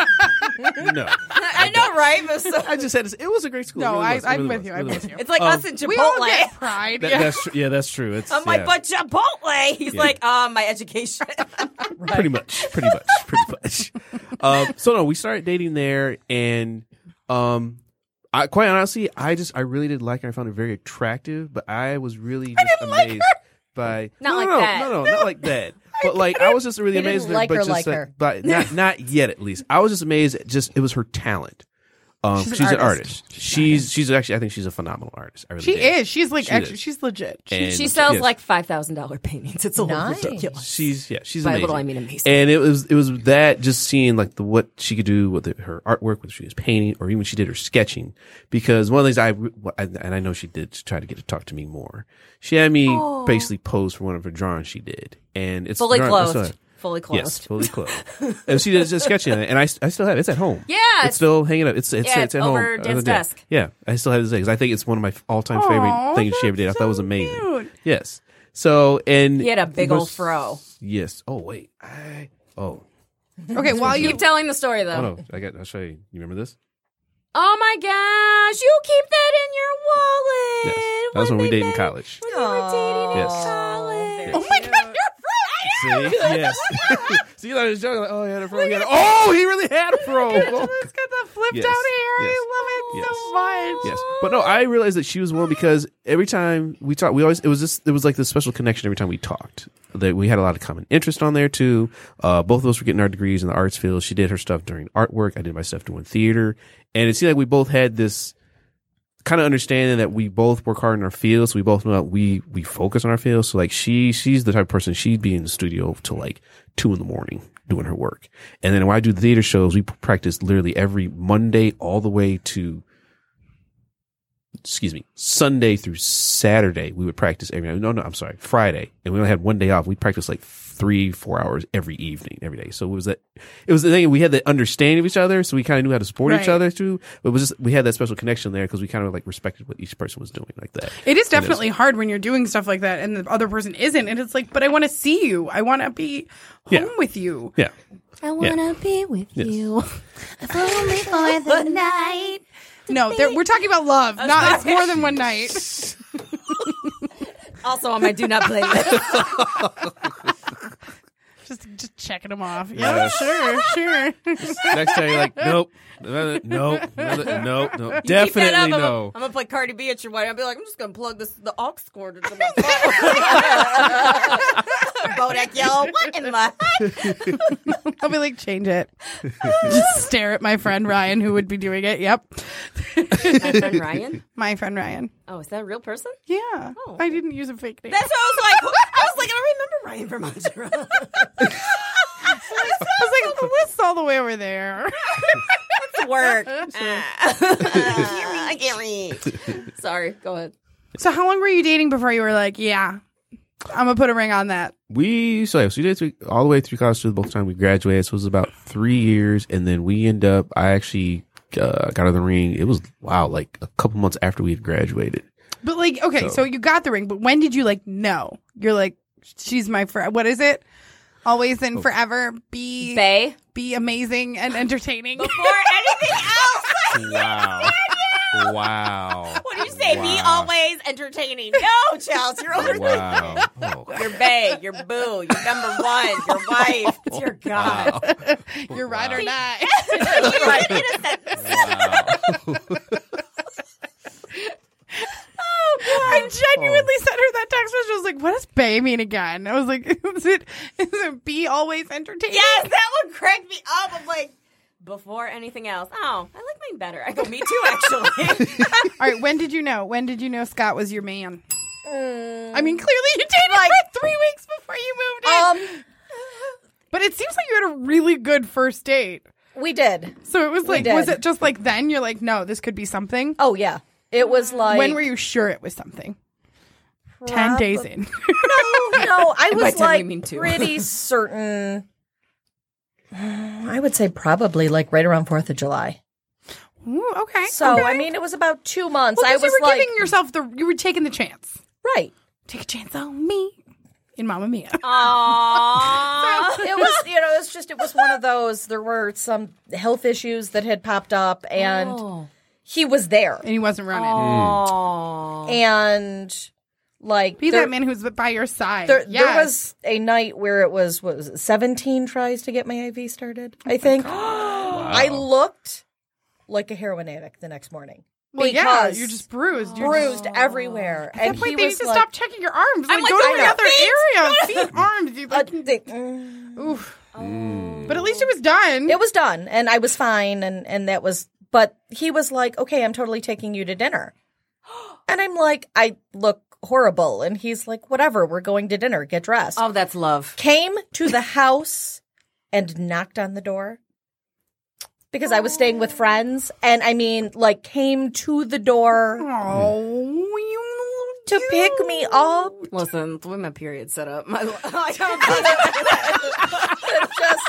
S5: No,
S3: I know, right? But so-
S5: I just said it's- it was a great school.
S2: no,
S5: It really
S2: I,
S5: was. It
S2: I'm with
S5: really was.
S2: you.
S5: It
S2: I'm
S5: really
S2: with
S5: was.
S2: you.
S3: it's like
S5: Oh.
S3: us in Chipotle.
S2: We all get pride.
S5: That,
S2: yeah.
S5: that's true. Yeah, that's true. It's
S3: I'm like,
S5: yeah.
S3: but Chipotle. He's like, uh, my education.
S5: pretty much, pretty much, pretty much. um, so no, we started dating there, and um, I quite honestly, I just I really did like her. I found her very attractive, but I was really just amazed by
S3: Not
S5: no,
S3: like
S5: no, no,
S3: that.
S5: No, no, not like that. But like, I was just really
S7: You didn't
S5: amazed. with her,
S7: like
S5: but
S7: her
S5: just
S7: like her.
S5: but not not yet at least. I was just amazed. At just it was her talent. Um, she's, an artist. She's she's actually I think she's a phenomenal artist. I really
S2: she
S5: do.
S2: is. She's like,
S5: She
S2: actually,
S5: is.
S2: she's legit.
S5: And
S3: She sells
S5: yes.
S3: like five thousand dollar paintings. It's a little ridiculous.
S5: She's yeah, she's
S3: By
S5: amazing.
S3: little, I mean amazing.
S5: And it was it was that just seeing like the what she could do with her artwork, whether she was painting or even when she did her sketching. Because one of the things I what I- and I know she did to try to get to talk to me more. She had me basically pose for one of her drawings she did, and it's
S3: fully
S5: drawing- I
S3: clothed.
S5: saw it.
S3: Fully clothed.
S5: Yes, fully clothed. and she did just sketching on it, and I, I still have it. It's at home.
S3: Yeah,
S5: it's,
S3: it's-
S5: still hanging up. It's it's,
S3: Yeah,
S5: it's
S3: it's
S5: at
S3: over
S5: home.
S3: Dan's
S5: Yeah.
S3: desk.
S5: Yeah, I still have it because I think it's one of my all time favorite things she ever did. I thought it was amazing. Yes. So and
S3: He had a big old
S5: Yes.
S3: fro.
S5: Yes. Oh wait. I oh
S2: Okay, while you
S3: Keep telling the story though.
S5: oh
S3: Oh,
S5: no. I got. I'll show you. You remember this?
S3: my gosh! You keep that in your wallet.
S5: That was when we
S3: they
S5: dated in
S3: met-
S5: college.
S3: When we were dating in
S5: Yes.
S3: college.
S5: Oh,
S3: my god!
S5: See? Yes. See, I was joking. Like, oh, he had a fro. He had a, oh, he really had a fro. Oh,
S2: It's got the flip
S5: Yes,
S2: down hair.
S5: yes,
S2: I love it so much.
S5: yes. Yes, but no, I realized that she was one because every time we talked, we always it was this it was like this special connection every time we talked. That we had a lot of common interest on there too. Uh, both of us were getting our degrees in the arts field. She did her stuff during artwork. I did my stuff doing theater, and it seemed like we both had this kind of understanding that we both work hard in our fields. we both know that we we focus on our fields. So like she she's the type of person she'd be in the studio till like two in the morning doing her work, and then when I do the theater shows, we practice literally every Monday all the way to excuse me, Sunday through Saturday, we would practice every No, no, I'm sorry, Friday, and we only had one day off. We'd practice like three, four hours every evening, every day. So it was that, it was the thing we had the understanding of each other, so we kind of knew how to support each
S2: Right.
S5: other too. But it was just we had that special connection there because we kind of like respected what each person was doing like that.
S2: It is definitely hard when you're doing stuff like that and the other person isn't. And it's like, but I want to see you. I want to be home
S5: Yeah.
S2: with you.
S5: Yeah,
S3: I wanna be with
S5: Yes.
S3: you.
S9: Only for the night.
S2: No, there- we're talking about love. Not it's more than one night.
S3: Also on my Um, do not play list.
S2: Just just checking them off. Yeah, sure, sure.
S10: Next time you're like, nope, nope, nope, nope, nope.
S3: You keep that up,
S10: definitely
S3: I'm
S10: no.
S3: A, I'm gonna play Cardi B at your wedding. I'll be like, I'm just gonna plug this the aux cord into my phone. Bodak, y'all, what in the heck?
S2: I'll be like, change it. just stare at my friend Ryan, who would be doing it. Yep,
S3: My friend Ryan.
S2: my friend Ryan.
S3: Oh, is that a real person?
S2: Yeah, I didn't use a fake name.
S3: That's what I was like. I was like, I remember Ryan from Montreal.
S2: I was like, the list's all the way over there.
S3: Work. Ah. I can't read. Sorry, go ahead.
S2: so, how long were you dating before you were like, yeah, I'm gonna put a ring on that?
S5: we so yeah, so we did it all the way through college through both time we graduated. So it was about three years, and then we end up. I actually uh, got out of the ring. It was wow, like a couple months after we had graduated.
S2: But like, okay, so,
S5: So-
S2: you got the ring, but when did you like know? You're like, she's my friend. What is it? Always and forever be
S3: Bay.
S2: be amazing and entertaining.
S3: Or anything else.
S10: Wow. Wow.
S3: What do you say? Be
S10: Wow.
S3: always entertaining. No, Chels, you're over
S10: Wow. Oh,
S3: You're bae, you're boo, you're number one, your wife, your God.
S10: wow.
S2: You're right or not.
S10: Wow.
S2: I genuinely sent her that text message. I was like, "What does "bay" mean again?" I was like, "Is it is it be always entertaining?"
S3: Yes, that would crack me up. I'm like, before anything else. Oh, I like mine better. I go, me too, actually.
S2: All right. When did you know? When did you know Scott was your man?
S7: Um,
S2: I mean, clearly you dated for three weeks before you moved in.
S7: Um,
S2: but it seems like you had a really good first date.
S7: we did.
S2: So it was like, was
S7: did.
S2: it just like then? You're like, no, this could be something.
S7: Oh yeah, it was like
S2: when were you sure it was something? Ten days in.
S7: No, I
S3: by 10,
S7: was
S3: we
S7: like
S3: mean two.
S7: pretty certain. I would say probably like right around Fourth of July.
S2: Ooh, okay.
S7: So
S2: okay.
S7: I mean, it was about two months.
S2: Well,
S7: I
S2: 'cause
S7: was
S2: you were
S7: like,
S2: giving yourself the, you were taking the chance.
S7: right.
S2: Take a chance on me in Mamma Mia.
S7: Um,
S3: Aww.
S7: It was, you know, it's just it was one of those. There were some health issues that had popped up, and
S3: Oh.
S7: he was there,
S2: And he wasn't running.
S7: oh. and like
S2: Be
S7: there-
S2: that man who's by your side.
S7: There,
S2: yes.
S7: there was a night where it was what was it, seventeen tries to get my IV started.
S2: Oh
S7: I think I looked like a heroin addict the next morning,
S2: well, yeah,
S7: because
S2: you're just bruised. You're just-
S7: bruised everywhere,
S2: At
S7: and
S2: that point,
S7: he
S2: they need
S7: was
S2: to
S7: like,
S2: stop checking your arms. Like,
S3: like,
S2: go
S3: I
S2: to
S3: know.
S2: another area. Feet, arms. You
S7: uh,
S2: like,
S7: they- mm.
S2: oof. But at least it was done.
S7: it was done, and I was fine, and and that was. But he was like, "Okay, I'm totally taking you to dinner," and I'm like, "I look horrible," and he's like, "Whatever, we're going to dinner. Get dressed."
S3: Oh, that's love.
S7: came to the house and knocked on the door because I was staying with friends. And I mean, like, came to the door
S2: oh, you
S7: to pick me up.
S3: Listen, the way my period set up, my
S7: Just,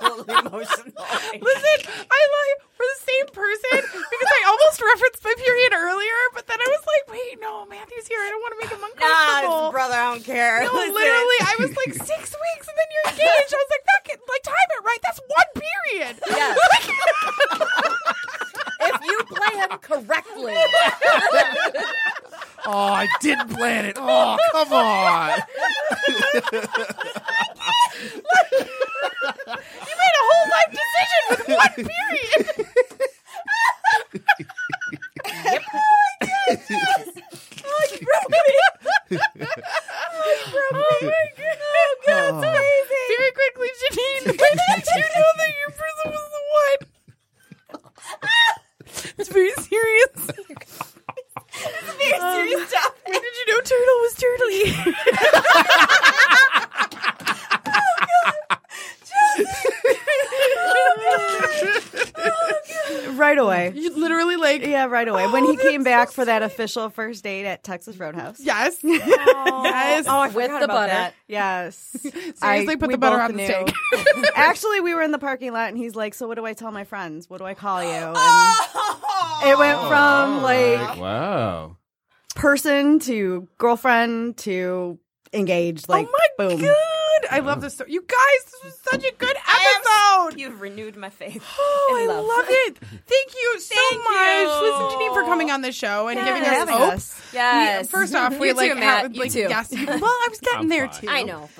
S3: emotional.
S2: Listen, I lie. We're the same person because I almost referenced my period earlier, but then I was like, wait, no, Matthew's here. I don't want to make him uncomfortable.
S3: Nah, it's brother, I don't care.
S2: No,
S3: Listen.
S2: literally, I was like six weeks, and then you're engaged. I was like, fuck it, like time it right. That's one period.
S7: Yes. if you play him correctly,
S10: Oh, I didn't plan it. Oh, come on.
S2: you made a whole life decision with one period. oh my god! Oh, god, it's amazing. Very quickly, Janine, when did you know that your person was the one? it's very serious.
S3: Serious stuff.
S2: When did you know Turtle was Turtley?
S8: right away.
S2: You literally like Oh,
S8: yeah, right away. when he came back for that official first date at Texas Roadhouse.
S2: Yes. yes.
S3: Oh, I
S8: With
S3: forgot
S8: the
S3: about
S8: butter.
S3: that.
S8: Yes.
S2: Seriously, put
S8: we
S2: the butter
S8: both
S2: on the
S8: knew.
S2: steak.
S8: Actually, we were in the parking lot, and he's like, "So, what do I tell my friends? What do I call you?" And
S2: Oh.
S8: it went from like
S10: wow.
S8: person to girlfriend to engaged. Like,
S2: my
S8: boom.
S2: Good. I love this story. You guys, this was such a good episode.
S3: You've renewed my faith.
S2: Oh,
S3: in
S2: I
S3: love.
S2: love it. Thank you so
S3: Thank
S2: much,
S3: you.
S2: Listen, Janine, for coming on the show and
S3: Yes.
S2: giving
S8: For
S2: us
S8: having
S2: hope.
S8: us.
S3: Yes.
S2: We- first off,
S3: You
S2: we
S3: too,
S2: like,
S3: Matt.
S2: have,
S3: You
S2: like
S3: too.
S2: yes. you- Well, I was getting
S10: I'm
S2: there
S10: fine.
S2: too.
S3: I know,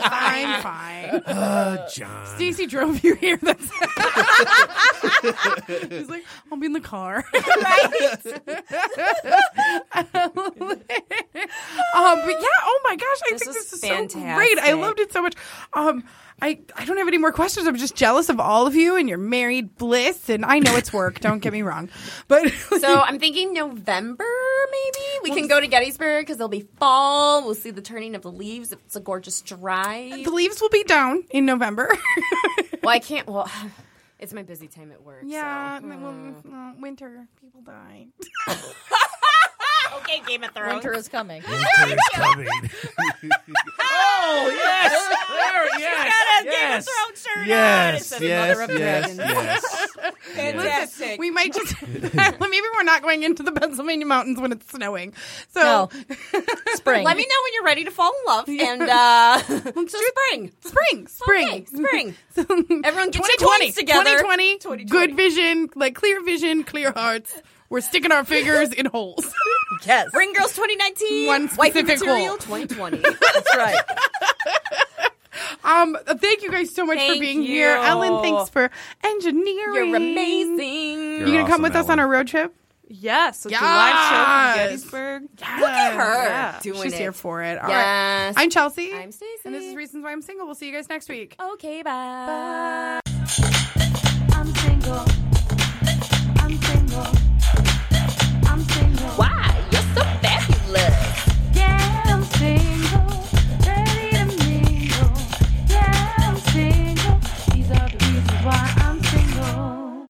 S3: but
S2: Fine, fine.
S5: Uh, John.
S2: Stacy drove you here. That's. He's like, I'll be in the car. um, but yeah, oh my gosh, I
S3: This
S2: think
S3: was
S2: this is so great. I
S3: fantastic.
S2: loved it so much. Um, I, I don't have any more questions. I'm just jealous of all of you and your married bliss. And I know it's work. don't get me wrong, but
S3: So I'm thinking November, maybe we can go to Gettysburg because it'll be fall. We'll see the turning of the leaves. It's a gorgeous drive.
S2: the leaves will be down in November.
S3: Well, I can't. Well, it's my busy time at work. so-
S2: yeah, and then, well, uh, winter people die.
S3: Okay, Game of Thrones.
S7: Winter is coming.
S5: Winter is coming. oh yes, there, yes, yes, yes, yes, yes, yes.
S6: Fantastic.
S2: We might just well, maybe we're not going into the Pennsylvania mountains when it's snowing. So
S7: No. Spring.
S3: Let me know when you're ready to fall in love and uh, so spring,
S2: spring, spring,
S3: Okay, spring.
S2: So,
S3: Everyone get your toys together.
S2: 2020, good vision, like clear vision, clear hearts. We're sticking our fingers in holes.
S7: Yes.
S3: Ring Girls 2019.
S2: One
S3: Wifey
S2: specific
S3: material
S2: hole.
S3: 2020.
S7: That's right.
S2: Um, thank you guys so much for
S3: Thank
S2: being here,
S3: you.
S2: Ellen. Thanks for engineering.
S3: You're amazing.
S2: You gonna come
S5: awesome,
S2: with us on
S5: Ellen.
S2: a road trip?
S6: Yes, yeah, so live show
S2: Yes.
S6: from Gettysburg.
S2: Look at
S3: her doing
S2: She's
S3: it.
S2: here for it. All
S3: Yes.
S2: I'm Chelsea.
S3: I'm Stacey.
S2: And this is Reasons Why I'm Single. We'll see you guys next week.
S3: okay. Bye.
S9: I'm single.